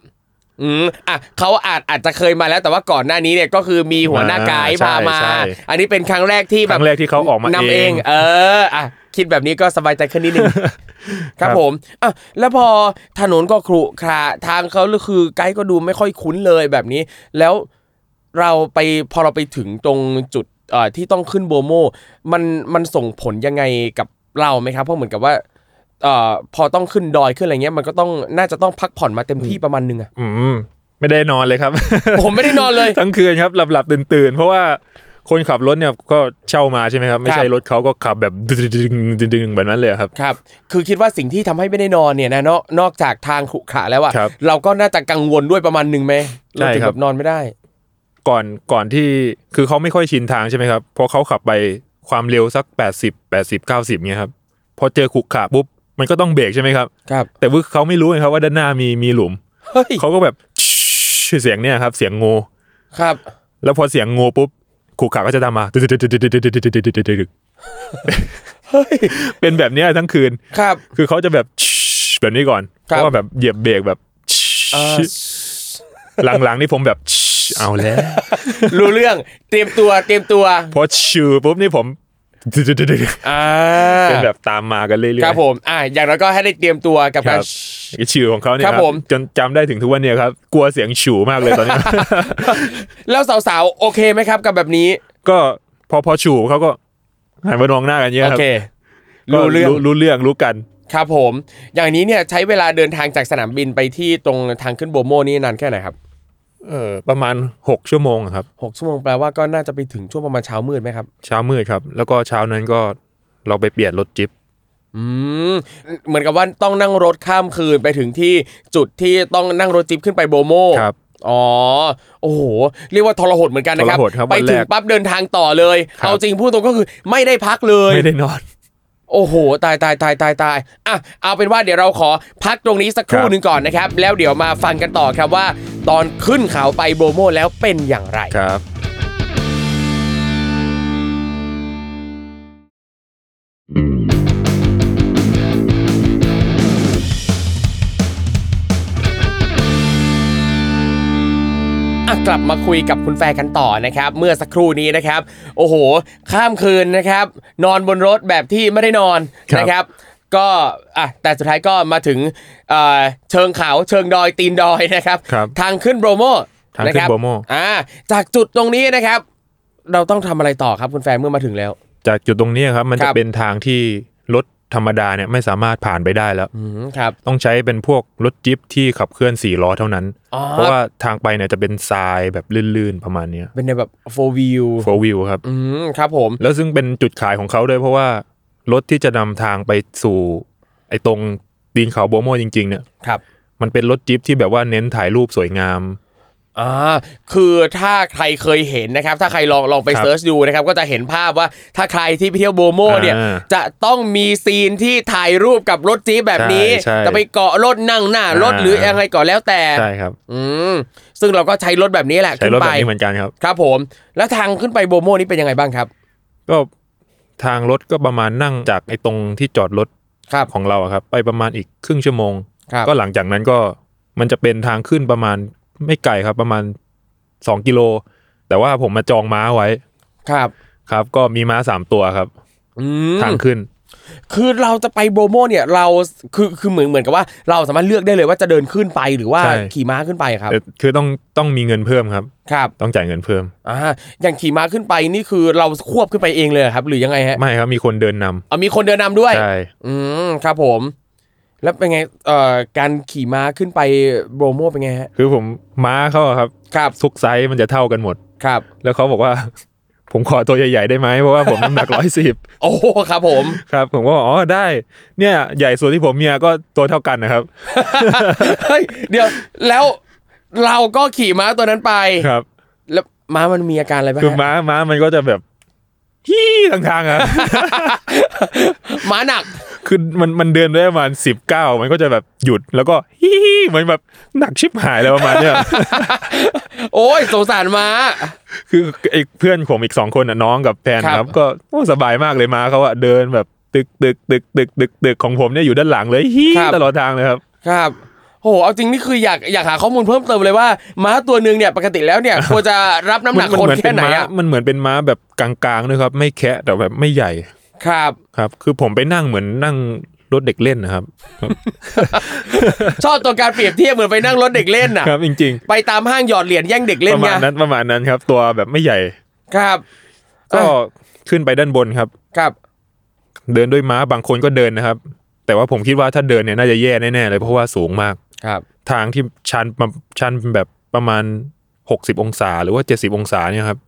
Speaker 3: อืมอ่ะเขาอาจอาจจะเคยมาแล้ว แต่ว่าก่อนหน้านี้เนี่ยก็คือมีหัวหน้าไกด์
Speaker 4: ใช่
Speaker 3: พามา
Speaker 4: ใช่
Speaker 3: อันนี้เป็นครั้งแรกที่
Speaker 4: ค
Speaker 3: แบ
Speaker 4: รั้
Speaker 3: บ
Speaker 4: งแรกที่เขาออกมาน
Speaker 3: ำ
Speaker 4: เอ
Speaker 3: เอง ง เอออ่ะคิดแบบนี้ก็สบายใจขึ้นนิดนึง ค
Speaker 4: ครั
Speaker 3: รับบ ผมอ่ะแล้วพอถนนก็ครุขระทางเขาคือไกด์ก็ดูไม่ค่อยคุ้นเลยแบบนี้ แล้วเราไปพอเราไปถึงตรงจุดเอ่อที่ต้องขึ้นโบโม มันมันส่งผลยังไงกับเราไหมครับ เพราะเหมือนกับว่าเอ่อพอต้องขึ้นดอยขึ้นอะไรเงี้ยมันก็ต้องน่าจะต้องพักผ่อนมาเต็มที่ประมาณนึงอะ
Speaker 4: อืมไม่ได้นอนเลยครับ
Speaker 3: ผมไม่ได้นอนเลย
Speaker 4: *laughs* ทั้งคืนครับหลับหลับตื่นตื่นๆ เพราะว่าคนขับรถเนี่ยก็เช่ามาใช่ไหมครับ ไม่ใช่รถเขาก็ขับแบบดึงดึงดึงดึงแบบนั้นเลยครับ
Speaker 3: ครับ คือคิดว่าสิ่งที่ทำให้ไม่ได้นอนเนี่ยนะนอกนอกจากทางขรุขระแล้วอะ
Speaker 4: ครับ
Speaker 3: เราก็น่าจะกังวลด้วยประมาณหนึ่งไหม
Speaker 4: ใช่
Speaker 3: เราถึง
Speaker 4: ครับ
Speaker 3: แบบนอนไม่ได้
Speaker 4: ก่อนก่อนที่คือเขาไม่ค่อยชินทางใช่ไหมครับพอเขาขับไปความเร็วสัก 80 80 90เนี่ยครับพอเจอขรุขระปุ๊บมันก็ต้องเบรกใช่ไหมครับ
Speaker 3: ครับ
Speaker 4: แต่ว่าเขาไม่รู้นะครับว่าด้านหน้ามีมีหลุม
Speaker 3: เฮ้ย
Speaker 4: เขาก็แบบ *laughs* เสียงเนี่ยครับ เสียงงู
Speaker 3: ครับ
Speaker 4: แล้วพอเสียงงูปุ๊บขู่ขาก็จะตามมา *laughs* ดึกดึกดึกดึกดึกดึกดึกดึกดึกดึกดึกเป็นแบบเนี้ยทั้งคืน
Speaker 3: ครับ
Speaker 4: คือเขาจะแบบ แบบนี้ก่อน
Speaker 3: ค
Speaker 4: เพ
Speaker 3: รับ
Speaker 4: ราะว่าแบบเหยียบเบรกแบบ
Speaker 3: อ่า
Speaker 4: หลังๆนี่ผมแบบ เอา
Speaker 3: *laughs*
Speaker 4: แล้ว
Speaker 3: รู้เรื่องเตรียมตัวเตรียมตัว
Speaker 4: พอชื่อปุ๊บนี่ผม *laughs* ดึกดึกดึกดึกดึก
Speaker 3: อ่า
Speaker 4: เป็นแบบตามมากันเรื่อยๆ
Speaker 3: ครับผมอ่าอย่างน้อยก็ให้ได้เตรียมตัวกับ
Speaker 4: ค
Speaker 3: การ
Speaker 4: รับไอ้ชื่อของเขาเนี่ย
Speaker 3: ค
Speaker 4: ค
Speaker 3: รับ
Speaker 4: รั
Speaker 3: บ ผม
Speaker 4: จนจำได้ถึงทุกวันเนี่ยครับ กลัวเสียงฉูมากเลยตอนนี้
Speaker 3: แล้วสาวๆโอเคไหมครับกับแบบนี้
Speaker 4: ก็พอพอฉูเขาก็หันมามองหน้ากันเย
Speaker 3: โอ
Speaker 4: อะครับ
Speaker 3: เค
Speaker 4: ก็
Speaker 3: รู้เรื่อง
Speaker 4: รู้เรื่องรู้กัน
Speaker 3: ครับผม อย่างนี้เนี่ยใช้เวลาเดินทางจากสนามบินไปที่ตรงทางขึ้นโบโมนี่นานแค่ไหนครับ
Speaker 4: เออประมาณ 6 ชั่วโมงอะครับ
Speaker 3: หกชั่วโมงแปลว่าก็น่าจะไปถึงช่วงประมาณเช้ามืดไหมครับ
Speaker 4: เช้ามืดครับ แล้วก็เช้านั้นก็เราไปเปลี่ยนรถจิ๊บ
Speaker 3: อืมเหมือนกับว่าต้องนั่งรถข้ามคืนไปถึงที่จุดที่ต้องนั่งรถจิ๊บขึ้นไปโบโม
Speaker 4: ครับ
Speaker 3: อ๋อโอ้โหเรียกว่าทรหดเหมือนกันนะครับ
Speaker 4: ทรหดครับ
Speaker 3: ไปถึง
Speaker 4: วันแรก
Speaker 3: ปั๊บเดินทางต่อเลย
Speaker 4: ครับ
Speaker 3: เอาจริงพูดตรงก็คือไม่ได้พักเลย
Speaker 4: ไม่ได้นอน
Speaker 3: โอ้โห ตายตายตายตายตายอ่ะเอาเป็นว่าเดี๋ยวเราขอพักตรงนี้สักครู่
Speaker 4: ครับ
Speaker 3: หนึ่งก่อนนะครับ แล้วเดี๋ยวมาฟังกันต่อครับว่า ตอนขึ้นเขาไปโบโมแล้วเป็นอย่างไร
Speaker 4: ครับ
Speaker 3: อ่ะกลับมาคุยกับคุณแฟร์กันต่อนะครับ เมื่อสักครู่นี้นะครับ โอ้โห ข้ามคืนนะครับ นอนบนรถแบบที่ไม่ได้นอน
Speaker 4: ครับ
Speaker 3: นะครับ ก็อ่ะแต่สุดท้ายก็มาถึงเอ่อเชิงเขาเชิงดอยตีนดอยนะครับ
Speaker 4: ครับ
Speaker 3: ทางขึ้นโบรโม
Speaker 4: ทาง
Speaker 3: นะ
Speaker 4: ขึ้
Speaker 3: คน รับ
Speaker 4: โบโม
Speaker 3: อ่าจากจุดตรงนี้นะครับ เราต้องทำอะไรต่อครับคุณแฟร์เมื่อมาถึงแล้ว
Speaker 4: จากจุดตรงนี้ครับ มัน
Speaker 3: ค
Speaker 4: จะ
Speaker 3: รับ
Speaker 4: เป็นทางที่รถธรรมดาเนี่ยไม่สามารถผ่านไปได้แล้ว
Speaker 3: อืมครับ
Speaker 4: ต้องใช้เป็นพวกรถจิ๊บที่ขับเคลื่อน4ล้อเท่านั้น
Speaker 3: อ๋อ
Speaker 4: เพราะว่าทางไปเนี่ยจะเป็นทรายแบบลื่นๆประมาณเนี้ย
Speaker 3: เป็นในแบบโฟวิว
Speaker 4: โฟวิวครับ
Speaker 3: อืมครับผม
Speaker 4: แล้วซึ่งเป็นจุดขายของเขาด้วยเพราะว่ารถที่จะนำทางไปสู่ไอ้ตรงตีนเขาโบโมจริงๆเนี่ย
Speaker 3: ครับ
Speaker 4: มันเป็นรถจิ๊บที่แบบว่าเน้นถ่ายรูปสวยงาม
Speaker 3: อ่าคือถ้าใครเคยเห็นนะครับ ถ้าใครลองลองไป
Speaker 4: ครับ
Speaker 3: เซิร์ชดูนะครับ ก็จะเห็นภาพว่าถ้าใครที่ไปเที่ยวโบโมเนี่ย
Speaker 4: อ่า
Speaker 3: จะต้องมีซีนที่ถ่ายรูปกับรถจี๊ปแบบนี้
Speaker 4: ใช่ใช่
Speaker 3: จะไปเกาะรถนั่งหน้ารถ
Speaker 4: อ่า
Speaker 3: หรือยังไงก็แล้วแต่
Speaker 4: ใช่ครับ
Speaker 3: อืมซึ่งเราก็ใช้รถแบบนี้แหละ
Speaker 4: ใช้
Speaker 3: ขึ้น
Speaker 4: รถ
Speaker 3: ไป
Speaker 4: แบบนี้เหมือนกันครับ
Speaker 3: ครับผม แล้วทางขึ้นไปโบโมนี่เป็นยังไงบ้างครับ
Speaker 4: ก็ทางรถก็ประมาณนั่งจากไอ้ตรงที่จอดรถ
Speaker 3: ครับ
Speaker 4: ของเราอะครับ ไปประมาณอีกครึ่งชั่วโมง
Speaker 3: ครับ
Speaker 4: ก็หลังจากนั้นก็มันจะเป็นทางขึ้นประมาณไม่ไกลครับ ประมาณ 2 กิโล แต่ว่าผมมาจองม้าไว้
Speaker 3: ครับ
Speaker 4: ครับ ก็มีม้าสามตัวครับ
Speaker 3: อืม
Speaker 4: ทางขึ้น
Speaker 3: คือเราจะไปโบโมเนี่ยเราคือคือเหมือนเหมือนกับว่า เราสามารถเลือกได้เลยว่าจะเดินขึ้นไปหรือว่า
Speaker 4: ใช่
Speaker 3: ขี่ม้าขึ้นไปครับ
Speaker 4: แต่คือต้องต้องมีเงินเพิ่มครับ
Speaker 3: ครับ
Speaker 4: ต้องจ่ายเงินเพิ่ม
Speaker 3: อ่าอย่างขี่ม้าขึ้นไปนี่คือเราควบขึ้นไปเองเลยเหรอครับ หรือยังไงฮะ
Speaker 4: ไม่ครับมีคนเดินนำ
Speaker 3: เอามีคนเดินนำด้วย
Speaker 4: ใช่
Speaker 3: อืมครับผม แล้วเป็นไงเอ่อการขี่ม้าขึ้นไปโบโมเป็นไงฮะ
Speaker 4: คือผมม้าเขาอะครับ
Speaker 3: ครับ
Speaker 4: ทุกไซส์มันจะเท่ากันหมด
Speaker 3: ครับ
Speaker 4: แล้วเขาบอก *laughs* ว่า ผมขอตัวใหญ่ๆได้ไหมเพราะว่าผมน้ำหนักร้อยสิบ
Speaker 3: โอ้โหครับผม *laughs*
Speaker 4: ครับผมก็บอกอ๋อได้ เนี่ยใหญ่สุดที่ผมมีอะก็ตัวเท่ากันนะครับ
Speaker 3: เฮ้ยเดี๋ยวแล้วเราก็ขี่ม้าตัวนั้นไป
Speaker 4: ครับ
Speaker 3: แล้วม้ามันมีอาการอะไรบ้าง
Speaker 4: คือ
Speaker 3: ฮะ
Speaker 4: ม้าม้ามันก็จะแบบ *laughs* ฮี้ทางทางๆอะ
Speaker 3: ม้าหนัก
Speaker 4: คือมันมันเดินได้ประมาณสิบเก้ามันก็จะแบบหยุดแล้วก็ *laughs* ฮี้เหมือนแบบหนักชิบหายอะไรประมาณเนี้ย *laughs*
Speaker 3: โอ้ยสงสารม้า
Speaker 4: คือไอ้เพื่อนผมอีกสองคนน่ะน้องกับแฟน
Speaker 3: ครับ
Speaker 4: ครับ ก็โอ้สบายมากเลยมาเขาอะเดินแบบตึกตึกตึกตึกตึกตึกของผมเนี่ยอยู่ด้านหลังเลย *laughs* ฮี้ตลอดทางเลยครับ
Speaker 3: ครับโอ้โหเอาจริงนี่คืออยากอยากหาข้อมูลเพิ่มเติมเลยว่า ม้าตัวหนึ่งเนี่ยปกติแล้วเนี่ย ควรจะรับน้ำหนัก
Speaker 4: มั
Speaker 3: คน
Speaker 4: เหมือนเป็
Speaker 3: แค่
Speaker 4: น
Speaker 3: ไหน
Speaker 4: ม้า
Speaker 3: อะ
Speaker 4: มันเหมือนเป็นม้าแบบกลางๆด้วยครับ ไม่แคะแต่แบบไม่ใหญ่
Speaker 3: ครับ
Speaker 4: ครับ คือผมไปนั่งเหมือนนั่งรถเด็กเล่นนะครับ
Speaker 3: ชอบตัวการเปรียบเทียบเหมือนไปนั่งรถเด็กเล่นน่ะ
Speaker 4: ครับจริง
Speaker 3: ไปตามห้างหยอดเหรียญแย่งเด็ก
Speaker 4: ๆ
Speaker 3: เล่
Speaker 4: ป
Speaker 3: น
Speaker 4: ระ
Speaker 3: ไง
Speaker 4: มาณนั้นประมาณนั้นครับ ตัวแบบไม่ใหญ่
Speaker 3: ครับ
Speaker 4: ก็
Speaker 3: อ่
Speaker 4: ขึ้นไปด้านบนครับ
Speaker 3: ครับ
Speaker 4: เดินด้วยม้าบางคนก็เดินนะครับ แต่ว่าผมคิดว่าถ้าเดินเนี่ยน่าจะแย่แน่ๆเลยเพราะว่าสูงมาก
Speaker 3: ครับ
Speaker 4: ทางที่ชันประชันแบบประมาณ 60 องศา หรือว่า 70 องศาเนี่ยครับ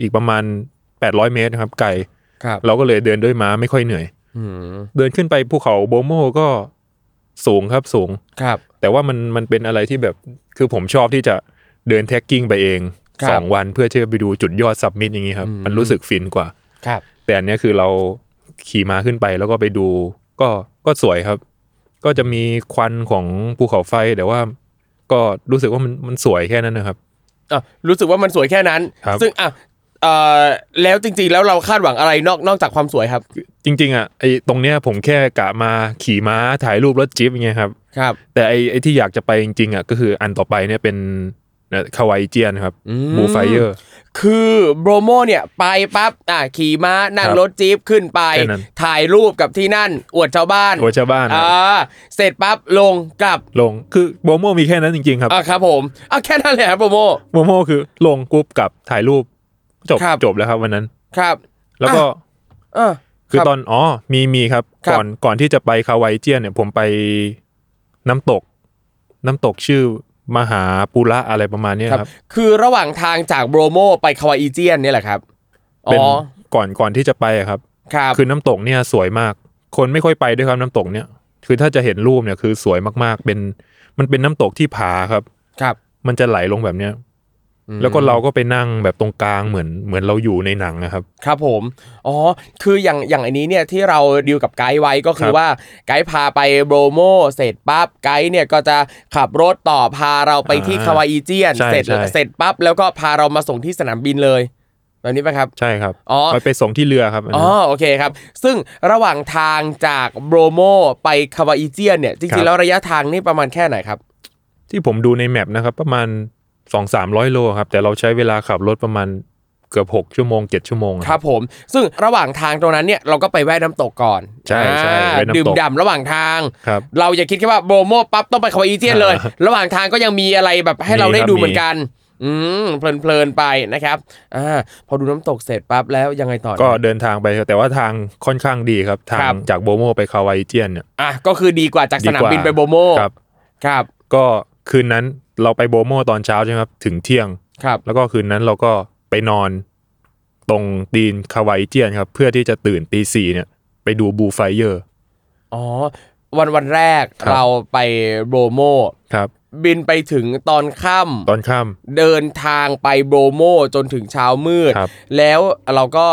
Speaker 4: อีกประมาณ 800 เมตรนะครับ ไกล
Speaker 3: ครับ
Speaker 4: เราก็เลยเดินด้วยม้าไม่ค่อยเหนื่อย
Speaker 3: อืม
Speaker 4: เดินขึ้นไปภูเขาโบโมก็สูงครับสูง
Speaker 3: ครับ
Speaker 4: แต่ว่ามันมันเป็นอะไรที่แบบคือผมชอบที่จะเดินแท็กกิ้งไปเอง
Speaker 3: ครับ
Speaker 4: สองวันเพื่อที่จะไปดูจุดยอดซับมิตอย่างนี้ครับ
Speaker 3: อืม
Speaker 4: มันรู้สึกฟินกว่า
Speaker 3: ครับ
Speaker 4: แต่อันเนี้ยคือเราขี่ม้าขึ้นไปแล้วก็ไปดู ก็ก็สวยครับ ก็จะมีควันของภูเขาไฟแต่ว่า ก็รู้สึกว่ามันมันสวยแค่นั้นนะครับ
Speaker 3: อ่ะรู้สึกว่ามันสวยแค่นั้น
Speaker 4: ครับ
Speaker 3: ซึ่งอ่ะเอ่อแล้วจริงๆ แล้วเราคาดหวังอะไรนอกนอกจากความสวยครับ
Speaker 4: จริง ๆอ่ะไอตรงเนี้ยผมแค่กะมาขี่ม้าถ่ายรูปรถจิ๊บอย่างเงี้ยครับ
Speaker 3: ครับ
Speaker 4: แต่ไอไอที่อยากจะไปจริงๆอ่ะก็คืออันต่อไปเนี่ยเป็นคาวายเจียนครับ
Speaker 3: อืม
Speaker 4: บูไฟเออร์
Speaker 3: คือโบรโมเนี่ยไปปั๊บอ่ะขี่ม้านั่ง
Speaker 4: ครับ
Speaker 3: รถจี๊ปขึ้นไป
Speaker 4: แค่นั้น
Speaker 3: ถ่ายรูปกับที่นั่น อวดชาวบ้าน
Speaker 4: โอชาวบ้านครับ
Speaker 3: อ่าเสร็จปั๊บลงกลับ
Speaker 4: ลงคือโบโมมีแค่นั้นจริงๆครับ
Speaker 3: อ่ะครับผมอ่ะแค่นั้นแหละครับโบรโม
Speaker 4: โบโมคือลงกรุ๊ปกลับถ่ายรูปจบ
Speaker 3: ครับ
Speaker 4: จบแล้วครับวันนั้น
Speaker 3: ครับ
Speaker 4: แล้วก็
Speaker 3: อ่ะ
Speaker 4: คือ
Speaker 3: ครับ
Speaker 4: ตอนอ๋อมีมีครับ
Speaker 3: ครับ
Speaker 4: ก่อนก่อนที่จะไปคาวายเจียนเนี่ยผมไปน้ำตก น้ำตกชื่อมหาปุระอะไรประมาณเนี้ย
Speaker 3: ครับ
Speaker 4: ครับ
Speaker 3: คือระหว่างทางจากโบรโมไปคาวาอิเจียนเนี่ยแหละครับอ๋
Speaker 4: เป็น
Speaker 3: อ
Speaker 4: ก่อนก่อนที่จะไปอะครับ
Speaker 3: ครับ
Speaker 4: คือน้ำตกเนี่ยสวยมาก คนไม่ค่อยไปด้วยครับน้ำตกเนี่ย คือถ้าจะเห็นรูปเนี่ยคือสวยมากๆ เป็นมันเป็นน้ำตกที่ผาครับ
Speaker 3: ครับ
Speaker 4: มันจะไหลลงแบบเนี้ย
Speaker 3: อืม
Speaker 4: แล้วก็เราก็ไปนั่งแบบตรงกลางเหมือนเหมือนเราอยู่ในหนังนะครับ
Speaker 3: ครับผม อ๋อ คืออย่างอย่างอันนี้เนี่ยที่เราดีลกับไกด์ไว้ก็คือ
Speaker 4: ครับ
Speaker 3: ว่าไกด์พาไปโบรโมเสร็จปั๊บไกด์เนี่ยก็จะขับรถต่อพาเราไปที่
Speaker 4: อ่า
Speaker 3: คาวาอิเจียน
Speaker 4: ใช่
Speaker 3: เสร็จ
Speaker 4: ใช่
Speaker 3: เสร็จปั๊บแล้วก็พาเรามาส่งที่สนามบินเลยแบบนี้ไหมครับ
Speaker 4: ใช่ครับ
Speaker 3: อ๋อ
Speaker 4: มันไปส่งที่เรือครับน
Speaker 3: อ๋
Speaker 4: นั้
Speaker 3: อน โอเคครับ ซึ่งระหว่างทางจากโบรโมไปคาวาอิเจียนเนี่ยจ
Speaker 4: ครั
Speaker 3: ริงๆ
Speaker 4: บ
Speaker 3: แล้วระยะทางนี่ประมาณแค่ไหนครับ
Speaker 4: ที่ผมดูในแมปนะครับ ประมาณสองสามร้อยโลครับ แต่เราใช้เวลาขับรถประมาณเกือบหกชั่วโมงเจ็ดชั่วโมงอะ
Speaker 3: ครับผม ซึ่งระหว่างทางตรงนั้นเนี่ยเราก็ไปแวะน้ำตกก่อน
Speaker 4: ใช่ใช่
Speaker 3: อ่า
Speaker 4: แวะน้ำตก
Speaker 3: ดื่มด่ำระหว่างทาง
Speaker 4: ครับ
Speaker 3: เราอย่าคิดแค่ว่าโบรโมปั๊บต้องไปคาวาอีเจียนเลย
Speaker 4: *laughs* อ่า
Speaker 3: ระหว่างทางก็ยังมีอะไรแบบให้เราได้
Speaker 4: มีครับ
Speaker 3: ดู
Speaker 4: มี
Speaker 3: เหมือนกัน อืมเพลินๆไปนะครับอ่าพอดูน้ำตกเสร็จปั๊บแล้วยังไงต่อนะ
Speaker 4: ก็เดินทางไปครับแต่ว่าทางค่อนข้างดีครับ ทาง
Speaker 3: ครับ
Speaker 4: จากโบโมไปคาวาอิเจียนเนี่ย
Speaker 3: อ่ะก็คือดีกว่าจากสนามบินไปโบโม
Speaker 4: ครับ
Speaker 3: ครับ
Speaker 4: ก็คืนนั้นเราไปโบโมตอนเช้าใช่ไหมครับ ถึงเที่ยง
Speaker 3: ครับ
Speaker 4: แล้วก็คืนนั้นเราก็ไปนอนตรงตีนคาวาอิเจียนครับ เพื่อที่จะตื่นตีสี่เนี่ย ไปดูบูไฟเยอร์
Speaker 3: อ๋อวันวันแรก
Speaker 4: ครับ
Speaker 3: เราไปโบโม
Speaker 4: ครับ
Speaker 3: บินไปถึงตอนค่ำ
Speaker 4: ตอนค่
Speaker 3: เดินทางไปโบโมจนถึงเช้ามืด
Speaker 4: ครับ
Speaker 3: แล้วเราก็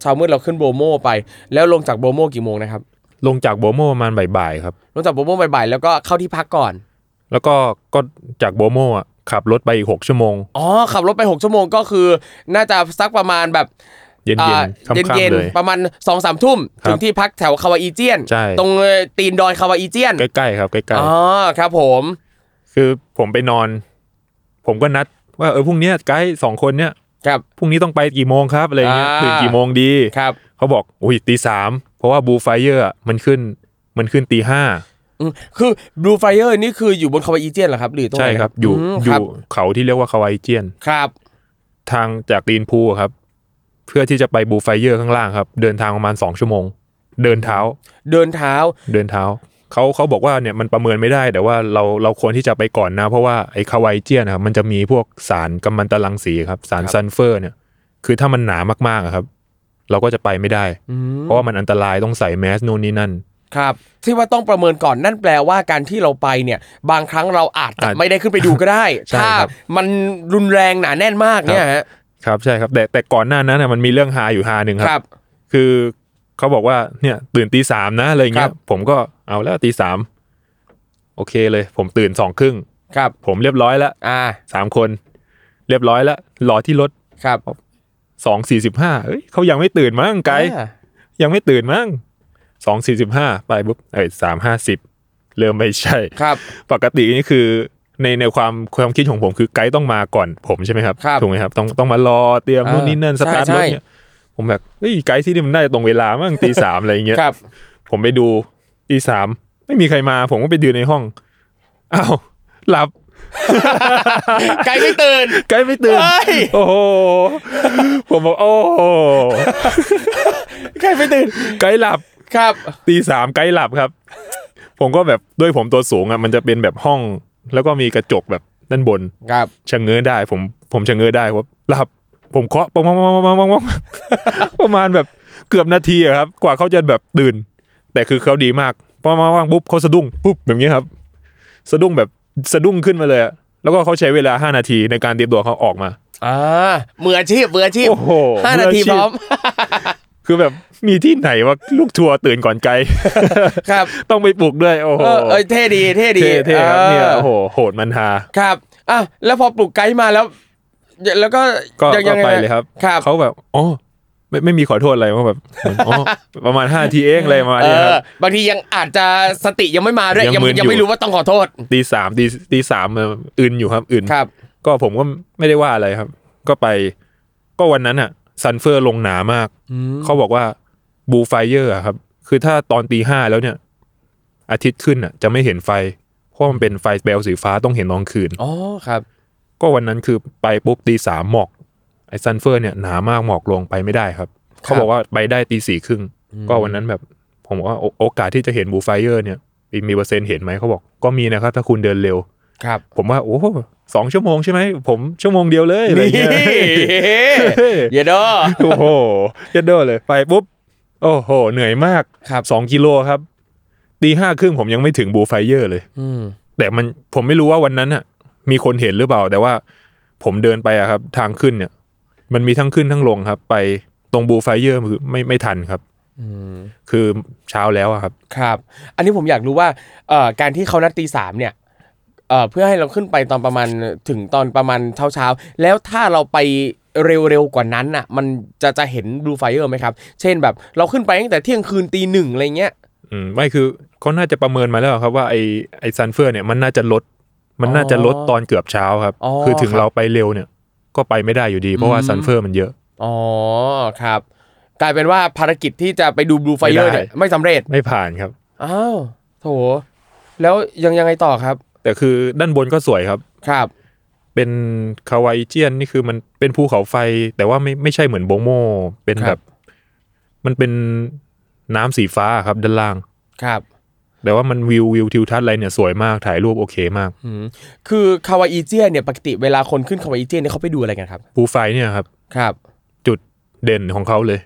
Speaker 3: เช้ามืดเราขึ้นโบโมไป แล้วลงจากโบโมกี่โมงนะครับ
Speaker 4: ำลงจากโบโมประมาณบ่ายๆครับ
Speaker 3: ลงจากโบโมบ่ายๆแล้วก็เข้าที่พักก่อน
Speaker 4: แล้วก็ก็จากโบโมอ่ะขับรถไปอีกหกชั่วโมง
Speaker 3: อ๋อขับรถไป 6 ชั่วโมงก็คือ น่าจะสักประมาณแบบ
Speaker 4: เย็นๆ
Speaker 3: อ่า
Speaker 4: ค่ำๆเลย
Speaker 3: ประมาณ2องสามทุ่ม
Speaker 4: ครับ
Speaker 3: ถึงที่พักแถวคาวาอีเจียน
Speaker 4: ใช่
Speaker 3: ตรงเอ่อตีนดอยคาวาอีเจียน
Speaker 4: ใกล้ๆครับใกล้
Speaker 3: อ๋อครับผม
Speaker 4: ๆคือผมไปนอน ผมก็นัด ว่าเออพรุ่งเนี้ยไกด์สองคนเนี่ย
Speaker 3: ครับ
Speaker 4: พรุ่งนี้ต้องไปกี่โมงครับอะไรเงี้ย
Speaker 3: อ่า
Speaker 4: ตื่นกี่โมงดี
Speaker 3: ครับ
Speaker 4: เขาบอกอุ้ยตีสามเพราะว่าบูไฟเยอร์มันขึ้นมันขึ้นตีห้า
Speaker 3: อืมคือ Blue Fire นี่คืออยู่บนคาวาอีเจียนเหรอครับ หรือตรงไหน
Speaker 4: ใช่ครับ อยู่
Speaker 3: ม
Speaker 4: อยู่เขาที่เรียกว่าคาวายเจียน
Speaker 3: ครับ
Speaker 4: ทางจากตีนพูลครับ เพื่อที่จะไปบูไฟเยอร์ข้างล่างครับ เดินทางประมาณสองชั่วโมง เดินเท้า
Speaker 3: เดินเท้า
Speaker 4: เดินเท้าเขาเขาบอกว่าเนี่ยมันประเมินไม่ได้ แต่ว่าเราเราควรที่จะไปก่อนนะ เพราะว่าไอ้คาวายเจียนะครับมันจะมีพวกสารกัมมันตรังสีครับ สาร
Speaker 3: ครับ
Speaker 4: ซัลเฟอร์เนี่ย คือถ้ามันหนามากๆอะครับ เราก็จะไปไม่ได้
Speaker 3: อืม
Speaker 4: เพราะว่ามันอันตรายต้องใส่แมสนู่นนี่นั่น
Speaker 3: ครับ ที่ว่าต้องประเมินก่อนนั่นแปลว่าการที่เราไปเนี่ย บางครั้งเราอาจจะ
Speaker 4: อาจ
Speaker 3: ไม่ได้ขึ้นไปดูก็ได้
Speaker 4: ใช่
Speaker 3: ถ้า
Speaker 4: ครับ
Speaker 3: มันรุนแรงหนาแน่นมากเนี่ยฮะ
Speaker 4: ครับใช่ครับ แต่แต่ก่อนหน้านั้นน่ะมันมีเรื่องฮาอยู่ฮาหนึ่งค
Speaker 3: ครั
Speaker 4: รับ
Speaker 3: บ
Speaker 4: คือเขาบอกว่าเนี่ยตื่นตีสามนะอะไร
Speaker 3: ค
Speaker 4: เงี้
Speaker 3: รั
Speaker 4: ย
Speaker 3: บ
Speaker 4: ผมก็เอาแล้วตีสามโอเคเลย ผมตื่นสองครึ่ง
Speaker 3: ครับ
Speaker 4: ผมเรียบร้อยแล้ว
Speaker 3: อ่า
Speaker 4: สามคน เรียบร้อยแล้วรอที่รถ
Speaker 3: ครับ
Speaker 4: สองสี่สิบห้าเอ้ยเขายังไม่ตื่นมั้งไกด์
Speaker 3: อ่า
Speaker 4: ยังไม่ตื่นมั้งสองสี่สิบห้าไปปุ๊บเอ้ยสามห้าสิบเริ่มไม่ใช่ *laughs*
Speaker 3: ครับ
Speaker 4: ปกตินี่คือในในความความคิดของผมคือไกด์ต้องมาก่อนผมใช่ไหมครับ
Speaker 3: ครับ
Speaker 4: ถูกไหมครับต้องต้องมารอเตรียม
Speaker 3: เออ
Speaker 4: นู่นนี่นั่นสตาร์ท
Speaker 3: ใช่
Speaker 4: ร
Speaker 3: ใช่
Speaker 4: ถเนี่ยผมแบบเฮ้ยไกด์ที่นี่มันน่าจะตรงเวลามั้งตีสามอะไรอย่างเงี้ย
Speaker 3: ครับ
Speaker 4: ผมไปดูตีสามไม่มีใครมา ผมก็ไปดูในห้องอ้าวหลับ
Speaker 3: ไกลไม่ตื่น
Speaker 4: ไกด์ไม่ตื่น
Speaker 3: เอ้ย
Speaker 4: โอ้โหผมบอกโอ้โห
Speaker 3: *laughs* ไกลไม่ตื่น
Speaker 4: ไกด์หลับ
Speaker 3: ครับ
Speaker 4: ตีสามไกด์หลับครับ ผมก็แบบด้วยผมตัวสูงอ่ะมันจะเป็นแบบห้อง แล้วก็มีกระจกแบบด้านบน
Speaker 3: ครับ
Speaker 4: ชะเง้อได้ ผมผมชะเง้อได้ว่าหลับ ผมเคาะปองปองปองปองปอง *laughs* ปอง ประมาณแบบเกือบนาทีอะครับ กว่าเขาจะแบบตื่น แต่คือเขาดีมากปองปองปองปุ๊บเขาสะดุ้งปุ๊บแบบนี้ครับ สะดุ้งแบบสะดุ้งขึ้นมาเลยอะแล้วก็เขาใช้เวลาห้านาทีในการเตรียมตัวเขาออกมา
Speaker 3: อ่ามืออาชีพมืออาชีพ
Speaker 4: โอ้โห
Speaker 3: ห้านาที
Speaker 4: มืออาชีพ
Speaker 3: พร้อม
Speaker 4: คือแบบมีที่ไหนว่าลูกทัวร์ตื่นก่อนไก
Speaker 3: *laughs*
Speaker 4: ด์
Speaker 3: ครับ
Speaker 4: ต้องไปปลุกด้วยโอ้โห
Speaker 3: เออเอ้ยเท่ดีเท่ดี
Speaker 4: เท่เท่ครับ
Speaker 3: ออ
Speaker 4: เนี่ยโอ้โหโหดมันฮา
Speaker 3: ครับอ่ะแล้วพอปลุกไกด์มาแล้วแล้วก็
Speaker 4: ก็
Speaker 3: ยัง
Speaker 4: ก็
Speaker 3: ยังง
Speaker 4: ไปเลยครับ
Speaker 3: ครับ
Speaker 4: เขาแบบอ๋อไม่ไม่มีขอโทษอะไรว่าแบบ *laughs* เหมือนอ๋อ ประมาณห้าทีเองอะไรประมาณ
Speaker 3: เอ
Speaker 4: เนี้ยค
Speaker 3: อ
Speaker 4: รับบ
Speaker 3: างทียังอาจจะสติยังไม่มาด้วยยังยังไม่รู้ว่าต้องขอโทษ
Speaker 4: ตีสามตีตีสามอื่นอยู่ครับ อื่น
Speaker 3: ครับ
Speaker 4: ก็ผมก็ไม่ได้ว่าอะไรครับ ก็ไป ก็วันนั้นอ่ะซันเฟอร์ลงหนามากเขาบอกว่าบูไฟเยอร์ครับ คือถ้าตอนตีห้าแล้วเนี่ย อาทิตย์ขึ้นอ่ะ จะไม่เห็นไฟ เพราะมันเป็นไฟเบลสีฟ้าต้องเห็นตอนคืน
Speaker 3: อ๋อครับ
Speaker 4: ก็วันนั้นคือไปปุ๊บตีสามหมอกไอ้ซันเฟอร์เนี่ยหนามากหมอกลงไปไม่ได้ครับ
Speaker 3: ครับ
Speaker 4: เขาบอกว่าไปได้ตีสี่ครึ่งก็วันนั้นแบบผมบอกว่าโอโอกาสที่จะเห็นบูไฟเยอร์เนี่ยมีมีเปอร์เซ็นต์เห็นไหมเขาบอกก็มีนะครับ ถ้าคุณเดินเร็ว
Speaker 3: ครับ
Speaker 4: ผมว่า โอ้โหสองชั่วโมงใช่ไหม ผมชั่วโมงเดียวเลยอะไรเงี้ย
Speaker 3: เยดอ
Speaker 4: โอ้โหยัดเดอเลยไปปุ๊บ โอ้โห เหนื่อยมาก
Speaker 3: ครับ
Speaker 4: สองกิโลครับตีห้าครึ่งผมยังไม่ถึงบูไฟเยอร์เลย
Speaker 3: อืม
Speaker 4: แต่มันผมไม่รู้ว่าวันนั้นน่ะ มีคนเห็นหรือเปล่า แต่ว่าผมเดินไปอะครับ ทางขึ้นเนี่ย มันมีทั้งขึ้นทั้งลงครับ ไปตรงบูไฟเยอร์คือไม่ไม่ทันครับ
Speaker 3: อืม
Speaker 4: คือเช้าแล้วอะครับ
Speaker 3: ครับ อันนี้ผมอยากรู้ว่าเอ่อการที่เขานัดตีสามเนี่ยเอ่อเพื่อให้เราขึ้นไปตอนประมาณถึงตอนประมาณเช้าเช้าๆแล้วถ้าเราไปเร็วๆกว่านั้นน่ะ มันจะจะเห็นบลูไฟเออร์ไหมครับ เช่นแบบเราขึ้นไปตั้งแต่เที่ยงคืนตีหนึ่งอะไรเงี้ย
Speaker 4: อืมไม่คือเขาน่าจะประเมินมาแล้วครับว่าไอไอซันเฟอร์เนี่ยมันน่าจะลด มันน่าจะลดตอนเกือบเช้าครับ
Speaker 3: อ๋อ
Speaker 4: คือถึง
Speaker 3: ครับ
Speaker 4: เราไปเร็วเนี่ย ก็ไปไม่ได้อยู่ดีเพราะว่า
Speaker 3: อืม
Speaker 4: ซันเฟอร์มันเยอะ
Speaker 3: อ๋อครับ กลายเป็นว่าภารกิจที่จะไปดูบลูไฟเออร์
Speaker 4: ไม่ได้
Speaker 3: เนี่ยไม่สำเร็จ
Speaker 4: ไม่ผ่านครับ
Speaker 3: อ้าวโถ แล้วยังยังไงต่อครับ
Speaker 4: แต่คือด้านบนก็สวยครับ
Speaker 3: ครับ
Speaker 4: เป็นคาวายเจียนนี่คือมันเป็นภูเขาไฟ แต่ว่าไม่ไม่ใช่เหมือนโบโม เป็น
Speaker 3: ค
Speaker 4: แบ
Speaker 3: รับ
Speaker 4: บ มันเป็นน้ำสีฟ้าครับด้านล่าง
Speaker 3: ครับ
Speaker 4: แต่ว่ามันวิววิวทิวทัศน์อะไรเนี่ยสวยมากถ่ายรูปโอเคมาก
Speaker 3: อืมคือคาวาอีเจียนเนี่ยปกติเวลาคนขึ้นคาวาอีเจียนเนี่ยเขาไปดูอะไรกันครับ
Speaker 4: ภูไฟเนี่ยครับ
Speaker 3: ครับ
Speaker 4: จุดเด่นของเขาเลย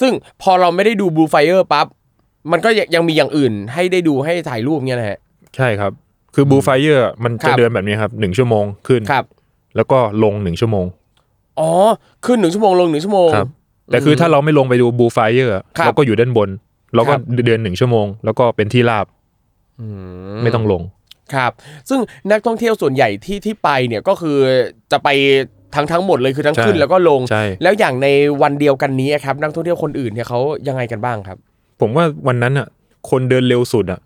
Speaker 3: ซึ่งพอเราไม่ได้ดูบลูไฟเออร์ปั๊บ มันก็ยังยังมีอย่างอื่นให้ได้ดูให้ถ่ายรูปเนี่ยนะฮะ
Speaker 4: ใช่ครับ คือบูไฟเยอร์มัน
Speaker 3: ครั
Speaker 4: จะ
Speaker 3: บ
Speaker 4: เดินแบบนี้ครับหนึ่งชั่วโมงขึ้น
Speaker 3: ครับ
Speaker 4: แล้วก็ลงหนึ่งชั่วโมง
Speaker 3: อ๋อ ขึ้นหนึ่งชั่วโมงลงหนึ่งชั่วโมง
Speaker 4: ครับ แต่คือถ้าเราไม่ลงไปดูบูไฟเยอร์
Speaker 3: ครับ
Speaker 4: เราก็อยู่ด้านบน เรา
Speaker 3: ค
Speaker 4: ก็
Speaker 3: รับ
Speaker 4: เดินหนึ่งชั่วโมง แล้วก็เป็นที่ราบ
Speaker 3: อื
Speaker 4: ไม่ต้องลง
Speaker 3: ครับ ซึ่งนักท่องเที่ยวส่วนใหญ่ที่ที่ไปเนี่ยก็คือจะไปทั้งทั้งหมดเลยคือทั้ง
Speaker 4: ใช่
Speaker 3: ขึ้นแล้วก็ลง
Speaker 4: ใช่
Speaker 3: แล้วอย่างในวันเดียวกันนี้ครับนักท่องเที่ยวคนอื่นเนี่ยเขายังไงกันบ้างครับ
Speaker 4: ผมว่าวันนั้นอ่ะ คนเดินเร็วสุดอ่ะ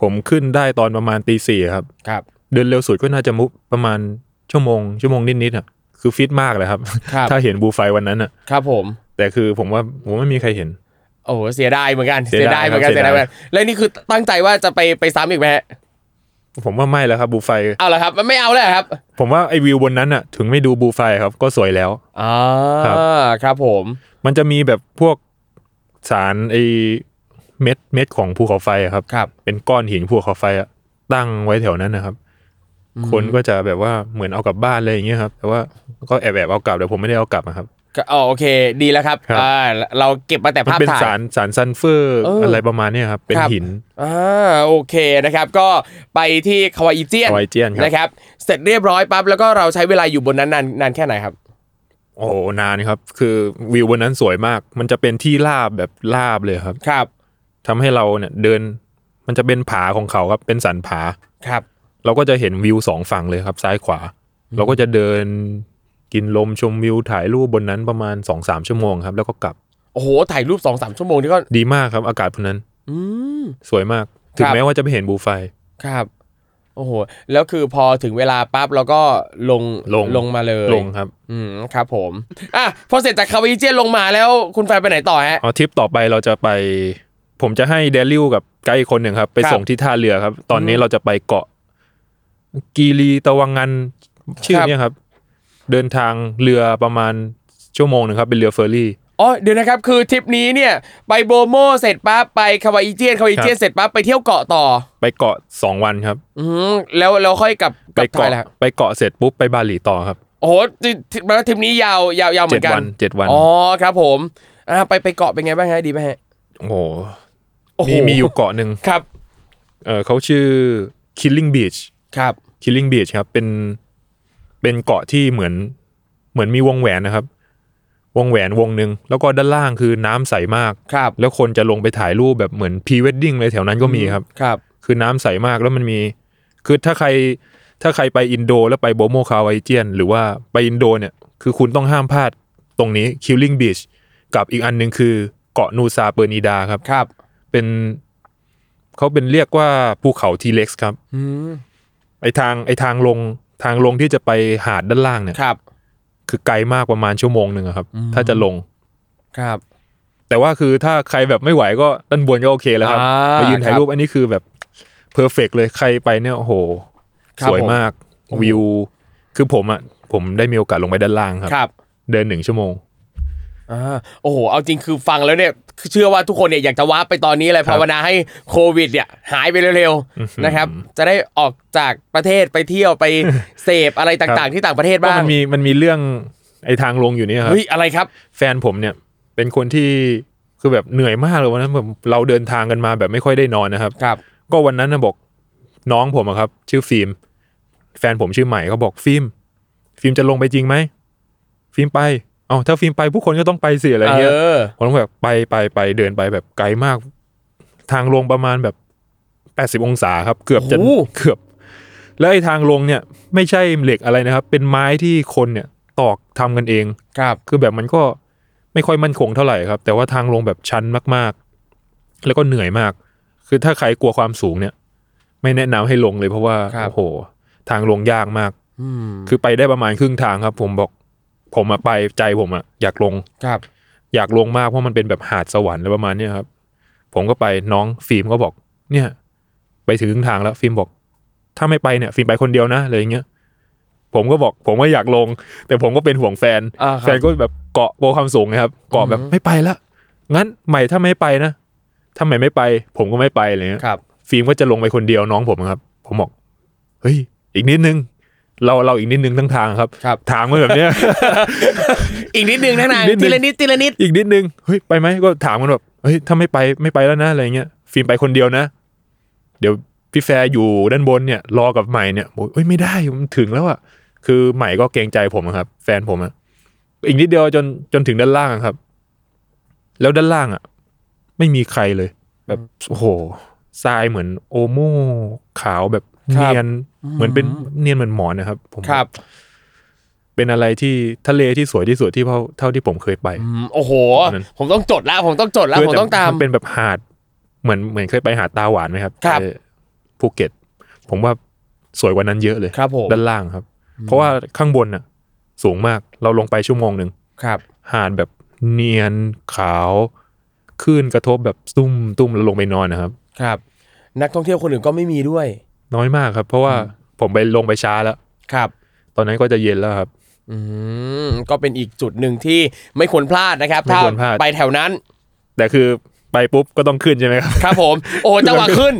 Speaker 4: ผมขึ้นได้ตอนประมาณตีสี่ครับ
Speaker 3: ครับ
Speaker 4: เดินเร็วสุดก็น่าจะมุประมาณ ชั่วโมงชั่วโมงนิดๆอ่ะคือฟิตมากเลยครับ
Speaker 3: ครับ
Speaker 4: ถ้าเห็นบูไฟวันนั้นอ่ะ
Speaker 3: ครับผม
Speaker 4: แต่คือผมว่าผมไม่มีใครเห็น
Speaker 3: โอ้โหเสียดายเหมือนกัน
Speaker 4: เสียดาย
Speaker 3: เหมือนกัน
Speaker 4: ครับ
Speaker 3: เสียดาย
Speaker 4: เสียดาย
Speaker 3: เหมือนกันแล้วนี่คือตั้งใจว่าจะไปไปซ้ำอีกไหมฮะ
Speaker 4: ผมว่าไม่แล้วครับบูไฟ
Speaker 3: เอาละครับมันไม่เอาแล้วครับ
Speaker 4: ผมว่าไอวิวบนนั้นอ่ะ ถึงไม่ดูบูไฟครับ ก็สวยแล้ว
Speaker 3: อ่า
Speaker 4: ครับ
Speaker 3: ครับผม
Speaker 4: มันจะมีแบบพวกสารไอเม็ดเม็ดของภูเขาไฟอะครับ
Speaker 3: ครับ
Speaker 4: เป็นก้อนหินภูเขาไฟอะตั้งไว้แถวนั้นนะครับ คนก็จะแบบว่าเหมือนเอากลับบ้านอะไรอย่างเงี้ยครับ แต่ว่าก็แอบแอบๆเอากลับแต่ผมไม่ได้เอากลับนะครับ
Speaker 3: ก็อ๋อโอเค ดีแล้วครับ
Speaker 4: ครับ
Speaker 3: อ่าเราเก็บมาแต่
Speaker 4: มัน
Speaker 3: ภาพ
Speaker 4: เป็น
Speaker 3: ถ่าย
Speaker 4: สารสารซันเฟอร์
Speaker 3: เอออ
Speaker 4: อะไรประมาณเนี้ยครับ เป็น
Speaker 3: ครับ
Speaker 4: หิน
Speaker 3: อ่าโอเคนะครับ ก็ไปที่คาวาอิเจียน
Speaker 4: คาวาอิเจียนครับ
Speaker 3: นะครับ เสร็จเรียบร้อยปั๊บแล้วก็เราใช้เวลาอยู่บนนั้นนานนานแค่ไหนครับ
Speaker 4: โอ้นานครับ คือวิวบนนั้นสวยมาก มันจะเป็นที่ราบแบบราบเลยครับ
Speaker 3: ครับ
Speaker 4: ทำให้เราเนี่ยเดิน มันจะเป็นผาของเขาครับ เป็นสันผา
Speaker 3: ครับ
Speaker 4: เราก็จะเห็นวิวสองฝั่งเลยครับ ซ้ายขวา เราก็จะเดินกินลมชมวิวถ่ายรูปบนนั้นประมาณ2อสามชั่วโมงครับ แล้วก็กลับ
Speaker 3: โอ้โหถ่ายรูปสองสามชั่วโมงนี่ก็
Speaker 4: ดีมากครับ อากาศบนนั้น
Speaker 3: อืม
Speaker 4: สวยมาก
Speaker 3: ค
Speaker 4: ถึง
Speaker 3: รับ
Speaker 4: แม้ว่าจะไม่เห็นบูไฟ
Speaker 3: ครับโอ้โหแล้วคือพอถึงเวลาปั๊บเราก็ลง
Speaker 4: ลง
Speaker 3: ลงมาเลย
Speaker 4: ลงครับ
Speaker 3: อืมครับผม *laughs* อ่ะพอเสร็จจากคาวาอิเจียนลงมาแล้วคุณแฟนไปไหนต่อฮะ
Speaker 4: เอาทริปต่อไปเราจะไป ผมจะให้เดลิวกับไกด์อีกคนหนึ่งครับ ไป
Speaker 3: ครับ
Speaker 4: ส่งที่ท่าเรือครับ ตอนนี้เราจะไปเกาะกีรีตะวังงันชื่อเนี่ยครับ เดินทางเรือประมาณชั่วโมงหนึ่งครับเป็นเรือเฟอร์รี่
Speaker 3: อ๋อเดี๋ยวนะครับคือทริปนี้เนี่ยไปโบโมเสร็จปั๊บไปคาวาอิเจียนคาวาอิเจียน
Speaker 4: ครับ
Speaker 3: เสร็จปั๊บไปเที่ยวเกาะต่อ
Speaker 4: ไปเกาะสองวันครับ
Speaker 3: อืมแล้วเราค่อยกลับก
Speaker 4: ไป
Speaker 3: ลับไทย
Speaker 4: เกาะ
Speaker 3: แล้ว
Speaker 4: ไปเกาะเสร็จปุ๊บไปบาหลีต่อครับ
Speaker 3: โอ้โหจิจิแปลว่าทริปนี้ยาวยาวยาวเหมื
Speaker 4: เจ็
Speaker 3: อ
Speaker 4: ด
Speaker 3: นกัน
Speaker 4: วันเจ็ดวัน
Speaker 3: อ๋อครับผมอ่าไปไปเกาะเป็นไงบ้างฮะดีไหมฮะ
Speaker 4: โอ้โห
Speaker 3: โอ้โห
Speaker 4: มีมีอยู่เกาะหนึ่ง
Speaker 3: ครับ
Speaker 4: เออเขาชื่อ Killing Beach
Speaker 3: ครับ
Speaker 4: Killing Beach ครับ เป็น เป็นเกาะที่เหมือน เหมือนมีวงแหวนนะครับ วงแหวนวงหนึ่ง แล้วก็ด้านล่างคือน้ำใสมาก
Speaker 3: ครับ
Speaker 4: แล้วคนจะลงไปถ่ายรูปแบบเหมือนพรีเวดดิ้งเลยแถวนั้นก็มีครับ
Speaker 3: ครับ
Speaker 4: คือน้ำใสมากแล้วมันมี คือถ้าใคร ถ้าใครไปอินโด แล้วไปโบโมคาวไอเจียน หรือว่าไปอินโดเนี่ย คือคุณต้องห้ามพลาดตรงนี้ Killing Beach กับอีกอันหนึ่งคือเกาะนูซาเปอร์นีดาครับ
Speaker 3: ครับ
Speaker 4: เป็นเขาเป็นเรียกว่าภูเขาทีเล็กซ์ครับ
Speaker 3: อืม
Speaker 4: ไอทางไอทางลงทางลงที่จะไปหาดด้านล่างเนี่ย
Speaker 3: ครับ
Speaker 4: คือไกลมากประมาณชั่วโมงหนึ่งอะครับ ถ้าจะลง
Speaker 3: ครับ
Speaker 4: แต่ว่าคือถ้าใครแบบไม่ไหวก็ด้านบนก็โอเคแล้วครับ
Speaker 3: อ่า
Speaker 4: ไปยืนถ่าย
Speaker 3: ครับ
Speaker 4: รูปอันนี้คือแบบเพอร์เฟกเลยใครไปเนี่ยโอ้โห
Speaker 3: ครับ
Speaker 4: สวย
Speaker 3: ผม
Speaker 4: มากวิว คือผมอ่ะผมได้มีโอกาสลงไปด้านล่างครับ
Speaker 3: ครับ
Speaker 4: เดินหนึ่งชั่วโมง
Speaker 3: อ่าโอ้โห เอาจริงคือฟังแล้วเนี่ยเชื่อว่าทุกคนเนี่ยอยากจะว้าร์ปไปตอนนี้เลย
Speaker 4: ครับ
Speaker 3: ภาวนาให้โควิดเนี่ยหายไปเร็วๆนะครับ จะได้ออกจากประเทศไปเที่ยวไปเสพอะไร
Speaker 4: ครั
Speaker 3: ต่าง
Speaker 4: บ
Speaker 3: ๆ ที่ต่างประเทศ
Speaker 4: ก็
Speaker 3: บ้าง
Speaker 4: มันมีมันมีเรื่องไอทางลงอยู่เนี่ยครับ
Speaker 3: เฮ้ยอะไรครับ
Speaker 4: แฟนผมเนี่ยเป็นคนที่คือแบบเหนื่อยมากเลยวันนั้นแบบเราเดินทางกันมาแบบไม่ค่อยได้นอนนะครับ
Speaker 3: ครับ
Speaker 4: ก็วันนั้นนะบอกน้องผมอะครับ ชื่อฟิล์มแฟนผมชื่อใหม่เขาบอกฟิล์มฟิล์มจะลงไปจริงไหมฟิล์มไปเอ๋อถ้าฟิล์มไปผู้คนก็ต้องไปสิอะไรเงี้ย
Speaker 3: เออ
Speaker 4: ผมก็แบบไปไปไปเดินไปแบบไกลมาก ทางลงประมาณแบบแปดสิบ80 องศาครับ เกือบจะ
Speaker 3: โอ้โห
Speaker 4: เกือบ แล้วไอ้ทางลงเนี่ย ไม่ใช่เหล็กอะไรนะครับ เป็นไม้ที่คนเนี่ยตอกทำกันเอง
Speaker 3: ครับ
Speaker 4: คือแบบมันก็ไม่ค่อยมั่นคงเท่าไหร่ครับ แต่ว่าทางลงแบบชันมากๆ แล้วก็เหนื่อยมาก คือถ้าใครกลัวความสูงเนี่ย ไม่แนะนำให้ลงเลยเพราะว่า
Speaker 3: ครับ
Speaker 4: โอ้โห ทางลงยากมาก
Speaker 3: อืม
Speaker 4: คือไปได้ประมาณครึ่งทางครับ ผมบอก ผมอะไปใจผมอะอยากลง
Speaker 3: ครับ
Speaker 4: อยากลงมากเพราะมันเป็นแบบหาดสวรรค์อะไรประมาณเนี้ยครับ ผมก็ไปน้องฟิล์มก็บอก เนี่ย ไปถึงครึ่งทางแล้วฟิล์มบอก ถ้าไม่ไปเนี่ยฟิล์มไปคนเดียวนะอะไรอย่างเงี้ยผมก็บอก ผมก็อยากลง แต่ผมก็เป็นห่วงแฟน
Speaker 3: อ่าค
Speaker 4: แฟ
Speaker 3: รับ
Speaker 4: นก็แบบเกาะโบความสูงนะครับเกาะแบบ
Speaker 3: อืม
Speaker 4: ไม่ไปละงั้นใหม่ถ้าไม่ไปนะถ้าใหม่ไม่ไป ผมก็ไม่ไปอะไรเลย
Speaker 3: ครับ
Speaker 4: ฟิล์มก็จะลงไปคนเดียวน้องผมครับ ผมบอกเฮ้ยอีกนิดนึง เราเราอีกนิดนึงทั้งทางครับ
Speaker 3: ครับ
Speaker 4: ทางมันแบบเนี้ย
Speaker 3: อีกนิดนึงนะนาง
Speaker 4: อีกนิดนึง
Speaker 3: ทีละนิดทีละนิด
Speaker 4: อีกนิดนึงเฮ้ยไปไหมก็ถามกันแบบเฮ้ยถ้าไม่ไปไม่ไปแล้วนะอะไรเงี้ยฟิล์มไปคนเดียวนะ เดี๋ยวพี่แฟร์อยู่ด้านบนเนี่ยรอกับใหม่เนี่ยบอกเอ้ยไม่ได้มันถึงแล้วอะคือใหม่ก็เกรงใจผมอะครับ แฟนผมอะอีกนิดเดียวจนจนถึงด้านล่างอะครับ แล้วด้านล่างอะไม่มีใครเลย แบบโอ้โหทรายเหมือนโอโม่ขาวแบบเนียนเหมือนเป็นเนียนเหมือนหมอนนะครับ ผม
Speaker 3: ครับ
Speaker 4: เป็นอะไรที่ทะเลที่สวยที่สุดที่เท่าเท่าที่ผมเคยไป
Speaker 3: อืมโอ้โห
Speaker 4: นั้น
Speaker 3: ผมต้องจดละผมต้องจดละผมต้องตาม
Speaker 4: นเป็นแบบหาด เหมือนเหมือนเคยไปหาดตาหวานไหมครับ
Speaker 3: ครับ
Speaker 4: ไปภูเก็ต ผมว่าสวยกว่านั้นเยอะเลย
Speaker 3: ครับผม
Speaker 4: ด้านล่างครับ เพราะว่าข้างบนน่ะ สูงมากเราลงไปชั่วโมงหนึ่ง
Speaker 3: ครับ
Speaker 4: หาดแบบเนียนขาวคลื่นกระทบแบบตุ้มตุ้มแล้วลงไปนอนนะครับ
Speaker 3: ครับ นักท่องเที่ยวคนอื่นก็ไม่มีด้วย
Speaker 4: น้อยมากครับ เพราะว่าผมไปลงไปช้าแล้ว
Speaker 3: ครับ
Speaker 4: ตอนนั้นก็จะเย็นแล้วครับ
Speaker 3: อืมก็เป็นอีกจุดหนึ่งที่ไม่ควรพลาดนะครับ
Speaker 4: ไม่ควรพลาด
Speaker 3: ไปแถวนั้น
Speaker 4: แต่คือไปปุ๊บก็ต้องขึ้นใช่ไหมครับ
Speaker 3: ครับผม โอ้จังหวะขึ้น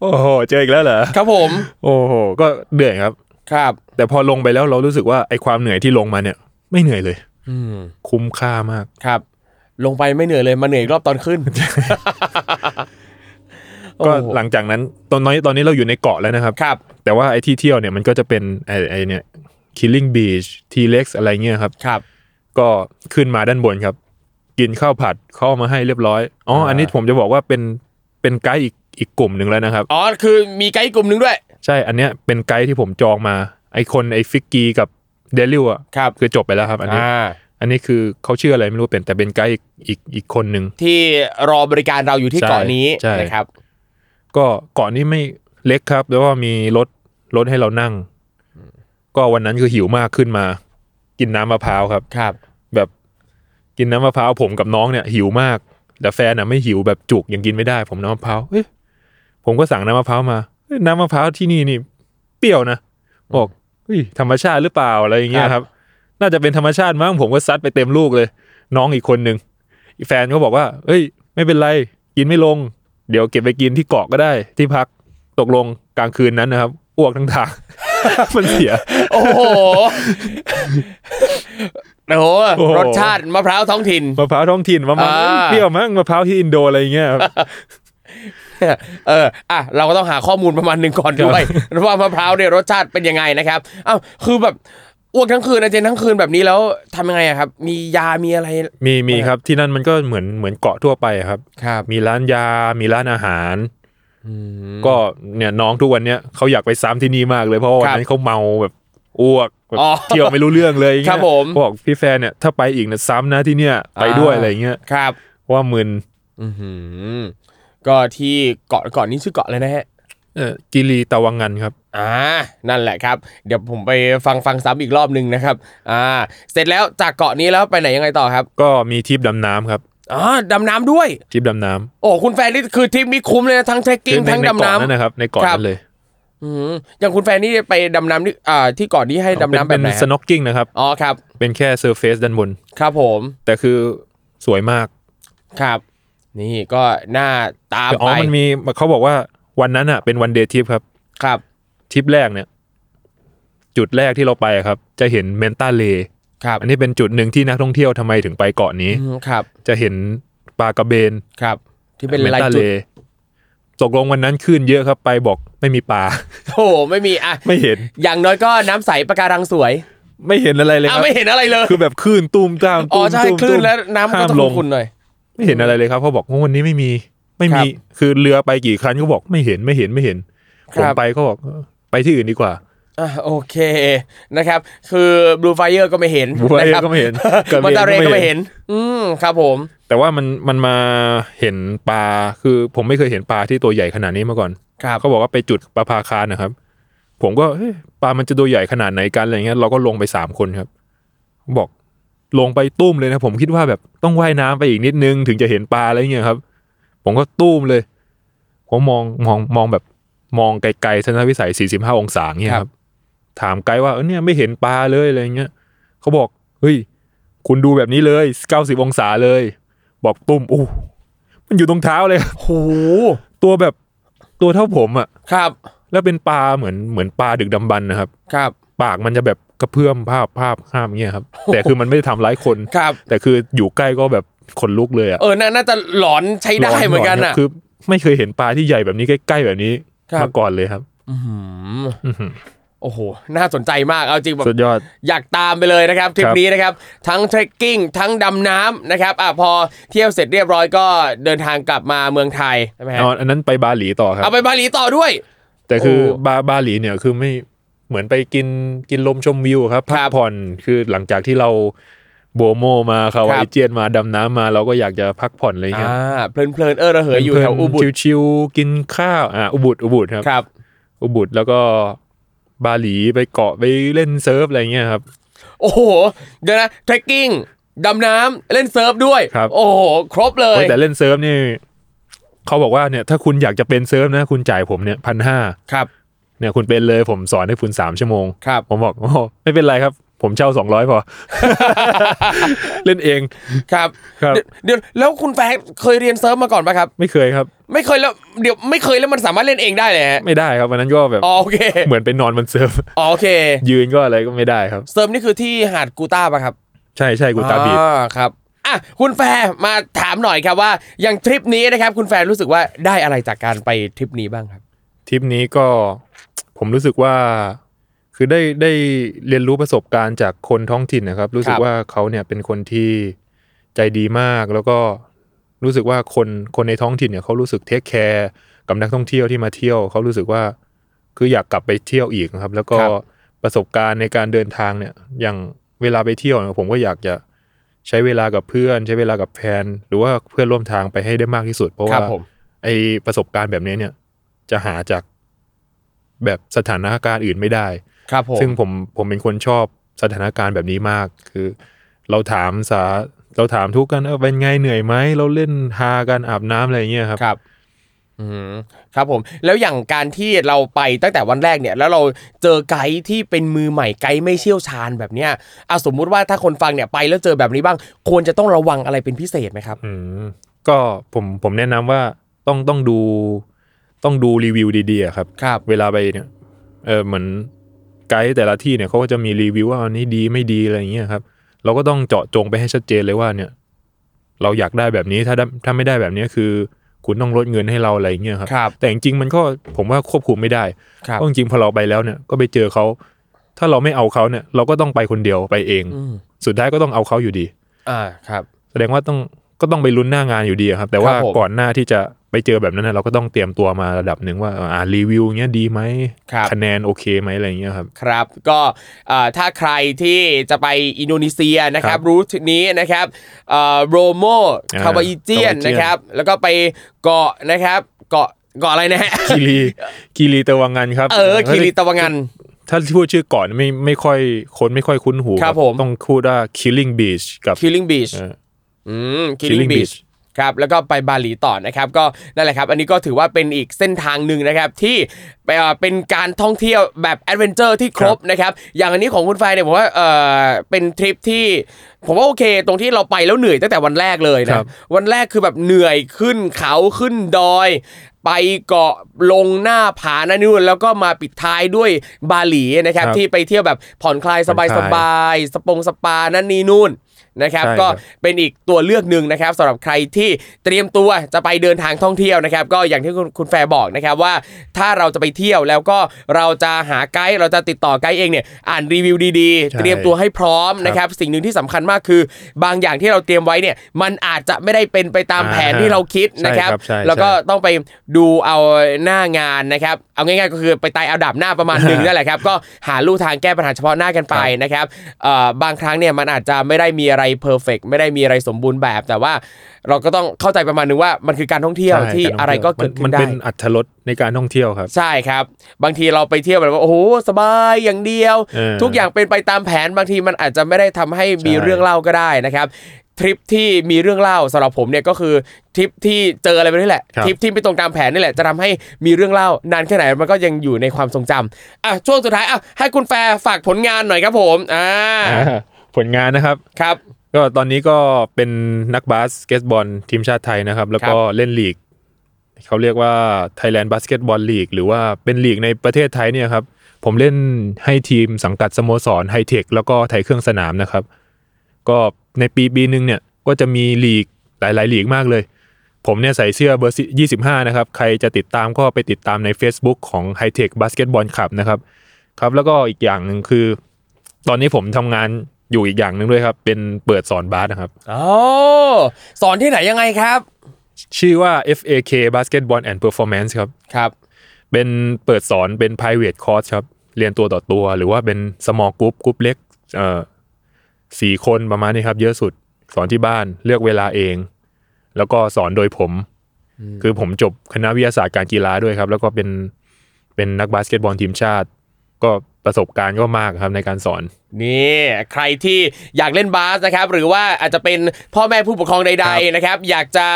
Speaker 4: โอ้โหเจออีกแล้วเหรอ
Speaker 3: ครับผม
Speaker 4: โอ้โหก็เหนื่อยครับ
Speaker 3: ครับ
Speaker 4: แต่พอลงไปแล้วเรารู้สึกว่าไอ้ความเหนื่อยที่ลงมาเนี่ย ไม่เหนื่อยเลย
Speaker 3: อืม
Speaker 4: คุ้มค่ามาก
Speaker 3: ครับ ลงไปไม่เหนื่อยเลยมาเหนื่อยอีกรอบตอนขึ้น
Speaker 4: ก็
Speaker 3: โอ้โ
Speaker 4: หลังจากนั้นตอนนี้ตอนนี้เราอยู่ในเกาะแล้วนะครับ
Speaker 3: ครับ
Speaker 4: แต่ว่าไอ้ที่เที่ยวเนี่ยมันก็จะเป็นไอ้ไอ้เนี่ย Killing Beach T-Rex อะไรเงี้ยครับ
Speaker 3: ครับ
Speaker 4: ก็ขึ้นมาด้านบนครับ กินข้าวผัดเข้ามาให้เรียบร้อยอ๋ออันนี้ผมจะบอกว่าเป็นเป็นไกด์อีกอีกกลุ่มหนึ่งแล้วนะครับ
Speaker 3: อ๋อคือมีไกด์กลุ่มหนึงด้วย
Speaker 4: ใช่อันเนี้ยเป็นไกด์ที่ผมจองมา ไอ้คนไอ้ฟิกกี้กับเดลิวอ่ะ
Speaker 3: ครับ
Speaker 4: คือจบไปแล้วครับอันนี้
Speaker 3: อ่า
Speaker 4: อันนี้คือเขาชื่ออะไรไม่รู้เป็นแต่เป็นไกด์อีกอีกอีกคนหนึ่ง
Speaker 3: ที่รอบริการเราอยู่ที่
Speaker 4: ใช่
Speaker 3: เกาะนี้
Speaker 4: ใช่
Speaker 3: นะครับ
Speaker 4: ก็เกาะนี้ไม่เล็กครับแล้วก็มีรถรถให้เรานั่ง ก็วันนั้นคือหิวมากขึ้นมา กินน้ำมะพร้าวครับ
Speaker 3: ครับ
Speaker 4: แบบกินน้ำมะพร้าวผมกับน้องเนี่ยหิวมาก แต่แฟนน่ะไม่หิวแบบจุกยังกินไม่ได้ ผมน้ำมะพร้าวเอ้ยผมก็สั่งน้ำมะพร้าวมาเอ้ยน้ำมะพร้าวที่นี่นี่เปรี้ยวนะบอกเฮ้ยธรรมชาติหรือเปล่าอะไรอย่างเงี้ยครับ น่าจะเป็นธรรมชาติมั้งผมก็ซัดไปเต็มลูกเลย น้องอีกคนหนึ่งอีแฟนก็บอกว่า เอ้ย ไม่เป็นไร กินไม่ลง เดี๋ยวเก็บไปกินที่เกาะก็ได้ ที่พักตกลงกลางคืนนั้นนะครับอ้วกทั้งทาง *laughs* มันเสีย
Speaker 3: โอ้โห โอ้โห
Speaker 4: โอ้โห
Speaker 3: รสชาติมะพร้าวท้องถิ่น
Speaker 4: มะพร้าวท้องถิ่นประมาณ
Speaker 3: อ่า
Speaker 4: เปรี้ยวมั้งมะพร้าวที่อินโดอะไรอย่างเงี้ยครับ
Speaker 3: เออ อ่ะ เราก็ต้องหาข้อมูลประมาณหนึ่งก่อน
Speaker 4: *laughs*
Speaker 3: ด้วยว่ามะพร้าวเนี่ยรสชาติเป็นยังไงนะครับอ้าวคือแบบอ้วกทั้งคืนอาเจนทั้งคืนแบบนี้แล้วทำยังไงอะครับ มียามีอะไร
Speaker 4: มีมีครับที่นั่นมันก็เหมือนเหมือนเกาะทั่วไปอะครับ
Speaker 3: ครับ
Speaker 4: มีร้านยา มีร้านอาหาร ก็เนี่ยน้องทุกวันเนี้ยเขาอยากไปซ้ำที่นี่มากเลยเพราะว่าวันนั้นเขาเมาแบบอ้วกแบบ
Speaker 3: อ๋อ
Speaker 4: เที่ยวไม่รู้เรื่องเลยอย่าง
Speaker 3: ครับ
Speaker 4: เงี้ย
Speaker 3: ผม
Speaker 4: บอกพี่แฟนเนี่ยถ้าไปอีกนะซ้ำนะที่เนี่ยไปด้วยอะไรเงี้ย
Speaker 3: ครับ
Speaker 4: ว่ามึน
Speaker 3: อื้อหือก็ที่เกาะเกาะนี้ชื่อเกาะอะไรนะฮะ
Speaker 4: เออกิรีตะวังงันครับ
Speaker 3: อ่า นั่นแหละครับ เดี๋ยวผมไปฟังฟังซ้ำอีกรอบหนึ่งนะครับ อ่า เสร็จแล้วจากเกาะนี้แล้วไปไหนยังไงต่อครับ
Speaker 4: ก็มีทริปดำน้ำครับ
Speaker 3: อ๋อ ดำน้ำด้วย
Speaker 4: ทริปดำน้ำ
Speaker 3: โอ้คุณแฟนนี่คือทริปนี้คุ้มเลยนะทั้งเทคกิ้ง
Speaker 4: ใน
Speaker 3: ทั้ง
Speaker 4: ใน
Speaker 3: ดำ
Speaker 4: เกาะนั่น
Speaker 3: น้ำ
Speaker 4: นะครับในเกาะ
Speaker 3: ครับ
Speaker 4: นั้นเลย
Speaker 3: อืมอย่างคุณแฟนนี่ไปดำน้ำนี่อ่า ที่เกาะนี้ให้ดำน้ำแบ
Speaker 4: เป็
Speaker 3: บ
Speaker 4: น
Speaker 3: ไหน
Speaker 4: ส
Speaker 3: ฮะ
Speaker 4: โนกกิ้งนะครับ
Speaker 3: อ๋อครับ
Speaker 4: เป็นแค่เซอร์เฟซด้านบน
Speaker 3: ครับผม
Speaker 4: แต่คือสวยมาก
Speaker 3: ครับ นี่ก็น่าตาม
Speaker 4: อ๋
Speaker 3: ไป
Speaker 4: อมันมีเขาบอกว่าวันนั้นอ่ะเป็นวันเดย์ทริปครับ
Speaker 3: ครับ
Speaker 4: ทริปแรกเนี่ย จุดแรกที่เราไปอะครับ จะเห็นเมนตาเล
Speaker 3: ครับ
Speaker 4: อันนี้เป็นจุดหนึ่งที่นักท่องเที่ยวทำไมถึงไปเกาะนี้
Speaker 3: อืมครับ
Speaker 4: จะเห็นปลากระเบน
Speaker 3: ครับ ที่เป็น
Speaker 4: เมน
Speaker 3: ลาย
Speaker 4: ตา
Speaker 3: จุ
Speaker 4: เล
Speaker 3: ด
Speaker 4: ตกลงวันนั้นคลื่นเยอะครับ ไปบอกไม่มีปลา *laughs*
Speaker 3: โอ้โหไม่มีอ่ะ
Speaker 4: ไม่เห็น
Speaker 3: อย่างน้อยก็น้ำใสปะการังสวย
Speaker 4: ไม่เห็นอะไรเลยค
Speaker 3: อ่ะ
Speaker 4: รับ
Speaker 3: ไม่เห็นอะไรเลย
Speaker 4: คือแบบคลื่นตุ้มตาม
Speaker 3: อ๋อ
Speaker 4: ตุ้ม
Speaker 3: ใช่
Speaker 4: ตุ้ม
Speaker 3: คลื่น
Speaker 4: ตุ้ม
Speaker 3: แล้วน้ำก็
Speaker 4: ห้าม
Speaker 3: ต้อง
Speaker 4: ลง
Speaker 3: คุณหน่อย
Speaker 4: ไม่เห็นอะไรเลยครับเขาบอกว่าวันนี้ไม่มีไม่มี คือเรือไปกี่ครั้งก็บอกไม่เห็นไม่เห็นไม่เห็น
Speaker 3: ค
Speaker 4: ผม
Speaker 3: รับ
Speaker 4: ไปก็บอกเออไปที่อื่นดีกว่า
Speaker 3: อ่ะโอเคนะครับ คือบลูไฟเออร์ก็ไม่เห็น
Speaker 4: Blue Fire
Speaker 3: นะครับ
Speaker 4: ก็ไม่เห็นเกิด
Speaker 3: ม
Speaker 4: ไม่
Speaker 3: อนตา
Speaker 4: เห็น
Speaker 3: เร
Speaker 4: ก็
Speaker 3: ก็
Speaker 4: ไม่
Speaker 3: ไม่
Speaker 4: เห็
Speaker 3: เห็น
Speaker 4: น
Speaker 3: อืมครับผม
Speaker 4: แต่ว่ามันมันมาเห็นปลาคือผมไม่เคยเห็นปลาที่ตัวใหญ่ขนาดนี้มาก่อน
Speaker 3: ครับ
Speaker 4: เขาบอกว่าไปจุดปลาพาคาร์ฟนะครับ ผมก็เฮ้ยปลามันจะตัวใหญ่ขนาดไหนกันอะไรเงี้ยเราก็ลงไปสามคนครับ บอกลงไปตุ้มเลยนะ ผมคิดว่าแบบต้องว่ายน้ำไปอีกนิดนึงถึงจะเห็นปลาอะไรเงี้ยครับ ผมก็ตุ้มเลยผมมองมองมองแบบมองไกลๆทัศนวิสัย 45 องศาเงี้ยครับถามไกด์ว่าเออเนี่ยไม่เห็นปลาเลยอะไรเงี้ยเขาบอกเฮ้ยคุณดูแบบนี้เลย 90 องศาเลย บอกตุ้มอู้มันอยู่ตรงเท้าเลยครับ
Speaker 3: โห
Speaker 4: ตัวแบบตัวเท่าผมอะ
Speaker 3: ครับ
Speaker 4: แล้วเป็นปลาเหมือนเหมือนปลาดึกดำบรรพ์นะครับ
Speaker 3: ครับ
Speaker 4: ปากมันจะแบบกระเพื่อมภาพภาพห้ามเงี้ยครับ แต่คือมันไม่ได้ทำร้ายคน
Speaker 3: ครับ
Speaker 4: แต่คืออยู่ใกล้ก็แบบขนลุกเลยอะ
Speaker 3: เออน่าน่าจะหลอนใช้ได้เหมือนกันอ่ะ
Speaker 4: ร้ครับคือไม่เคยเห็นปลาที่ใหญ่แบบนี้ใกล้ๆแบบนี้
Speaker 3: ครับ
Speaker 4: มาก่อนเลยครับ
Speaker 3: ม
Speaker 4: อื้อหือ
Speaker 3: โอ้โห น่าสนใจมากเอาจริงแบบ
Speaker 4: สุดยอด
Speaker 3: อยากตามไปเลยนะครับทริปนี้นะครับ ทั้งเทรคกิ้งทั้งดำน้ำนะครับอ่ะพอเที่ยวเสร็จเรียบร้อยก็เดินทางกลับมาเมืองไทยใช่ไหมฮะ
Speaker 4: อ๋ออันนั้นไปบาหลีต่อครับ
Speaker 3: เอาไปบาหลีต่อด้วย
Speaker 4: แต่คือ
Speaker 3: โอ้
Speaker 4: บาบาหลีเนี่ยคือไม่เหมือนไปกินกินลมชมวิวครับพั
Speaker 3: ค
Speaker 4: ก
Speaker 3: รับ
Speaker 4: ผ่อนคือหลังจากที่เราโบโมมาคาวา
Speaker 3: ครั
Speaker 4: อิ
Speaker 3: บ
Speaker 4: เจียนมาดำน้ำมาเราก็อยากจะพักผ่อนอะไรเงี้ย
Speaker 3: อ่าเพลินเพลินๆเออระเหยอยู่แถวอุบุต
Speaker 4: ชิวๆกินข้าวอ่าอุบุตอุบุตครับ
Speaker 3: ครับ
Speaker 4: อุบุตแล้วก็บาหลีไปเกาะไปเล่นเซิร์ฟอะไรเงี้ยครับ
Speaker 3: โอ้โห เดี๋ยวนะเทรคกิ้งดำน้ำเล่นเซิร์ฟด้วย
Speaker 4: ครับ
Speaker 3: โอ้โห ครบเล
Speaker 4: เฮ้
Speaker 3: ย
Speaker 4: ยแต่เล่นเซิร์ฟนี่เขาบอกว่าเนี่ยถ้าคุณอยากจะเป็นเซิร์ฟนะ คุณจ่ายผมเนี่ยพันห้า
Speaker 3: ครับ
Speaker 4: เนี่ยคุณเป็นเลยผมสอนให้คุณสามชั่วโมง
Speaker 3: ครับ
Speaker 4: ผมบอกโอ้ไม่เป็นไรครับ ผมเช่าสองร้อยพ *laughs* อ เล่นเอง
Speaker 3: ครับ
Speaker 4: ครับ
Speaker 3: เดี๋ยวเดี๋ยวแล้วคุณแฟร์เคยเรียนเซิร์ฟมาก่อนปะครับ
Speaker 4: ไม่เคยครับ
Speaker 3: ไม่เคยแล้วเดี๋ยวไม่เคยแล้วมันสามารถเล่นเองได้เลยฮะ
Speaker 4: ไม่ได้ครับวันนั้นก็แบบ
Speaker 3: อ๋อโอเค
Speaker 4: เหมือนไปนอนบนเซิร์ฟ
Speaker 3: อ๋อโอเค
Speaker 4: ยืนก็อะไรก็ไม่ได้ครับ
Speaker 3: เซิร์ฟนี่คือที่หาดกูต้าปะครับ
Speaker 4: ใช่ใช่กูตาบีด
Speaker 3: อ่าครับอ่ะคุณแฟร์มาถามหน่อยครับว่าอย่างทริปนี้นะครับ คุณแฟร์รู้สึกว่าได้อะไรจากการไปทริปนี้บ้างครับ
Speaker 4: ทริปนี้ก็ ผมรู้สึกว่า คือได้ได้เรียนรู้ประสบการณ์จากคนท้องถิ่นนะครับ รู้สึ
Speaker 3: ค
Speaker 4: ก
Speaker 3: รับ
Speaker 4: ว่าเขาเนี่ยเป็นคนที่ใจดีมาก แล้วก็รู้สึกว่าคนคนในท้องถิ่นเนี่ยเขารู้สึกเทคแคร์กับนักท่องเที่ยวที่มาเที่ยวเขารู้สึกว่า คืออยากกลับไปเที่ยวอีกนะครับ แล้วก็
Speaker 3: ครับ
Speaker 4: ประสบการณ์ในการเดินทางเนี่ย อย่างเวลาไปเที่ยวเนี่ยผมก็อยากจะใช้เวลากับเพื่อน ใช้เวลากับแฟนหรือว่าเพื่อนร่วมทางไปให้ได้มากที่สุด เพราะ
Speaker 3: ครั
Speaker 4: ว่า
Speaker 3: บผม
Speaker 4: ไอประสบการณ์แบบนี้เนี่ย จะหาจากแบบสถานการณ์อื่นไม่ได้
Speaker 3: ครับผม
Speaker 4: ซึ่งผมผมเป็นคนชอบสถานการณ์แบบนี้มาก คือ เราถามสาเราถามทุกข์กันเออเป็นไงเหนื่อยไหมเราเล่นฮากันอาบน้ำอะไรอย่างเงี้ยครับ
Speaker 3: ครับอืมครับผม แล้วอย่างการที่เราไปตั้งแต่วันแรกเนี่ย แล้วเราเจอไกด์ที่เป็นมือใหม่ไกด์ไม่เชี่ยวชาญแบบเนี้ยอ่ะสมมุติว่าถ้าคนฟังเนี่ยไปแล้วเจอแบบนี้บ้าง ควรจะต้องระวังอะไรเป็นพิเศษไหมครับ
Speaker 4: อืมก็ผมผมแนะนำว่าต้องต้องดูต้องดูรีวิวดีๆอะครับ
Speaker 3: ครับ
Speaker 4: เวลาไปเนี่ยเออเหมือนไกด์แต่ละที่เนี่ยเขาก็จะมีรีวิวว่าอันนี้ดีไม่ดีอะไรอย่างเงี้ยครับ เราก็ต้องเจาะจงไปให้ชัดเจนเลยว่าเนี่ย เราอยากได้แบบนี้ถ้าได้ถ้าไม่ได้แบบนี้คือ คุณต้องลดเงินให้เราอะไรอย่างเงี้ยครับ
Speaker 3: ครับ
Speaker 4: แต่จริงๆมันก็ผมว่าควบคุมไม่ได้
Speaker 3: ครับ
Speaker 4: เพราะจริงๆพอเราไปแล้วเนี่ยก็ไปเจอเขาถ้าเราไม่เอาเขาเนี่ย เราก็ต้องไปคนเดียวไปเอง
Speaker 3: อืม
Speaker 4: สุดท้ายก็ต้องเอาเขาอยู่ดี
Speaker 3: อ่าครับ
Speaker 4: แสดงว่าต้องก็ต้องไปลุ้นหน้างานอยู่ดีอะครับ แต่ว่า
Speaker 3: ครับผม
Speaker 4: ก่อนหน้าที่จะไปเจอแบบนั้นนะเราก็ต้องเตรียมตัวมาระดับหนึ่งว่าเอ่ออ่ารีวิวเงี้ยดีไหม
Speaker 3: ครับ
Speaker 4: คะแนนโอเคไหมอะไรเงี้ยครับ
Speaker 3: ครับก็เอ่อถ้าใครที่จะไปอินโดนีเซียนะค
Speaker 4: ค
Speaker 3: รั
Speaker 4: รั
Speaker 3: บบ รูทนี้นะครับโรโม
Speaker 4: อ่า
Speaker 3: คาวาอิเจียน
Speaker 4: Kawaiijian
Speaker 3: นะครับ แล้วก็ไปเกาะนะครับเกาะเกาะอะไรนะฮะ
Speaker 4: คีรีคีรีตะวังงานครับ
Speaker 3: เออคิริตะวังัน
Speaker 4: ถ้าพูดชื่อก่อนไม่ไม่ค่อยคนไม่ค่อยคุ้นหู
Speaker 3: ครับผม
Speaker 4: ต้องพูดว่า Killing Beach กับ
Speaker 3: คิลลิงบีช
Speaker 4: เออ
Speaker 3: อืมคิลลิง
Speaker 4: Killing
Speaker 3: บีช
Speaker 4: Beach
Speaker 3: ครับแล้วก็ไปบาหลีต่อนะครับก็นั่นแหละครับ อันนี้ก็ถือว่าเป็นอีกเส้นทางหนึ่งนะครับที่เอ่อเป็นการท่องเที่ยวแบบแอดเวนเจอร์ที่ครบนะครับอย่างอันนี้ของคุณไฟเนี่ยผมว่าเออเป็นทริปที่ ผมว่าโอเค ตรงที่เราไปแล้วเหนื่อยตั้งแต่วันแรกเลย
Speaker 4: ค
Speaker 3: นะ
Speaker 4: รับ
Speaker 3: วันแรกคือแบบเหนื่อยขึ้นเขาขึ้นดอย ไปเกาะลงหน้าผานั่นนู่นแล้วก็มาปิดท้ายด้วยบาหลีนะครับ
Speaker 4: ครับ
Speaker 3: ที่ไปเที่ยวแบบผ่อนคลาย
Speaker 4: ผ่
Speaker 3: ส
Speaker 4: อนคลาย
Speaker 3: บายๆสปงสปานั่นนี่นู่นนะครับ
Speaker 4: ใช่
Speaker 3: ก็
Speaker 4: ครับ
Speaker 3: เป็นอีกตัวเลือกหนึ่งนะครับสำหรับใครที่เตรียมตัวจะไปเดินทางท่องเที่ยวนะครับ ก็อย่างที่คุณคุณแฟร์บอกนะครับว่า ถ้าเราจะไปเที่ยวแล้วก็เราจะหาไกด์เราจะติดต่อไกด์เองเนี่ยอ่านรีวิวดีๆ เตรียมตัวให้พร้อมนะครับสิ่งหนึ่งที่สำคัญมากคือ บางอย่างที่เราเตรียมไว้เนี่ยมันอาจจะไม่ได้เป็นไปตาม
Speaker 4: อ่า
Speaker 3: แผนที่เราคิดนะครับ
Speaker 4: ใช่ครับใช่
Speaker 3: แล้วก็
Speaker 4: ใช่
Speaker 3: ต้องไปดูเอาหน้างานนะครับ เอาง่ายๆก็คือไปตายเอาดับหน้าประมาณหนึ่งนั่นแหละครับ ก็หาลู่ทางแก้ปัญหาเฉพาะหน้ากันไปนะครับเอ่อบางครั้งเนี่ยมันอาจจะไม่ได้มีอะไรเพอร์เฟกไม่ได้มีอะไรสมบูรณ์แบบ แต่ว่าเราก็ต้องเข้าใจประมาณนึงว่ามันคือการท่องเที่ยว
Speaker 4: ใช่
Speaker 3: ที่
Speaker 4: กาท่ง
Speaker 3: อะไรก็เกิดขึ้
Speaker 4: มัน
Speaker 3: นได้
Speaker 4: เป็นอัตรสในการท่องเที่ยวครับ
Speaker 3: ใช่ครับ บางทีเราไปเที่ยวแบบว่าโอ้โหสบายอย่างเดียว
Speaker 4: เออ
Speaker 3: ทุกอย่างเป็นไปตามแผนบางทีมันอาจจะไม่ได้ทำให้มี
Speaker 4: ใช่
Speaker 3: เรื่องเล่าก็ได้นะครับทริปที่มีเรื่องเล่าสำหรับผมเนี่ยก็คือทริปที่เจออะไรไปนี่แหละทริปที่ไม่ตรงตามแผนนี่แหละจะทำให้มีเรื่องเล่านานแค่ไหนมันก็ยังอยู่ในความทรงจำอ่ะช่วงสุดท้ายอ่ะให้คุณแฟร์ฝากผลงานหน่อยครับผมอ่า
Speaker 4: อ่าผลงานนะครับ
Speaker 3: ครับ
Speaker 4: ก็ตอนนี้ก็เป็นนักบาสเกตบอลทีมชาติไทยนะครับ แล้วก็เล่นลีก เขาเรียกว่า Thailand Basketball League หรือว่าเป็นลีกในประเทศไทยเนี่ยครับ ผมเล่นให้ทีมสังกัดสโมสรไฮเทคแล้วก็ไทยเครื่องสนามนะครับ ก็ในปีปีหนึ่งเนี่ยก็จะมีลีกหลาย ๆ ลีกมากเลย ผมเนี่ยใส่เสื้อเบอร์25 นะครับ ใครจะติดตามก็ไปติดตามใน Facebook ของ High Tech Basketball Club นะครับครับแล้วก็อีกอย่างหนึ่งคือ ตอนนี้ผมทำงานอยู่อีกอย่างหนึ่งด้วยครับ เป็นเปิดสอนบาสนะครับ
Speaker 3: อ๋อสอนที่ไหนยังไงครับ
Speaker 4: ชื่อว่า FAK Basketball and Performance ครับ
Speaker 3: ครับ
Speaker 4: เป็นเปิดสอนเป็น private course ครับ เรียนตัวต่อตัว หรือว่าเป็น small group กลุ่มเล็กเอ่อสี่คนประมาณนี้ครับ เยอะสุดสอนที่บ้านเลือกเวลาเอง แล้วก็สอนโดยผม คือผมจบคณะวิทยาศาสตร์การกีฬาด้วยครับ แล้วก็เป็น เป็นนักบาสเกตบอลทีมชาติ ก็ประสบการณ์ก็มากครับในการสอน
Speaker 3: นี่ใครที่อยากเล่นบาสนะครับ หรือว่าอาจจะเป็นพ่อแม่ผู้ปกครองใด ๆนะครับ อยากจะ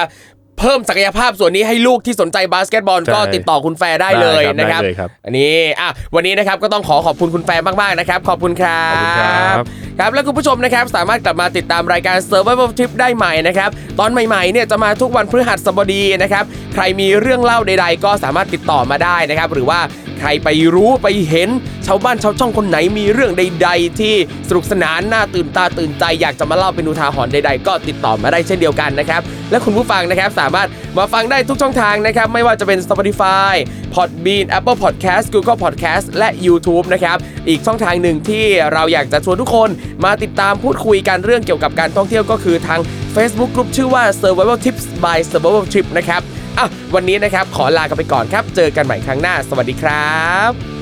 Speaker 3: เพิ่มศักยภาพส่วนนี้ให้ลูกที่สนใจบาสเกตบอล
Speaker 4: ใช่
Speaker 3: ก็ติดต่อคุณแฟร์ได้เลย
Speaker 4: ได้
Speaker 3: นะค
Speaker 4: ครั
Speaker 3: รับบ
Speaker 4: ได้เลยครับ
Speaker 3: อันนี้อ่ะวันนี้นะครับก็ต้องขอขอบคุณคุณแฟร์มากๆนะครับ ขอบคุณครับ
Speaker 4: ขอบคุณครับ
Speaker 3: ครับและคุณผู้ชมนะครับสามารถกลับมาติดตามรายการ Survival Trip ได้ใหม่นะครับ ตอนใหม่ๆเนี่ยจะมาทุกวันพฤหัสบดีนะครับ ใครมีเรื่องเล่าใด ๆ ก็สามารถติดต่อมาได้นะครับ หรือว่าใครไปรู้ไปเห็นชาวบ้านชาวช่องคนไหนมีเรื่องใด ๆ ที่สนุกสนานน่าตื่นตาตื่นใจ อยากจะมาเล่าเป็นอุทาหรณ์ใด ๆ ก็ติดต่อมาได้เช่นเดียวกันนะครับ และคุณผู้ฟังนะครับสามารถมาฟังได้ทุกช่องทางนะครับ ไม่ว่าจะเป็น Spotify Podbean Apple Podcast Google Podcast และ YouTube นะครับ อีกช่องทางหนึ่งที่เราอยากจะชวนทุกคนมาติดตามพูดคุยกันเรื่องเกี่ยวกับการท่องเที่ยวก็คือทาง Facebook กลุ่มชื่อว่า Survival Tips by Survival Trip นะครับอ่ะวันนี้นะครับขอลากันไปก่อนครับ เจอกันใหม่ครั้งหน้า สวัสดีครับ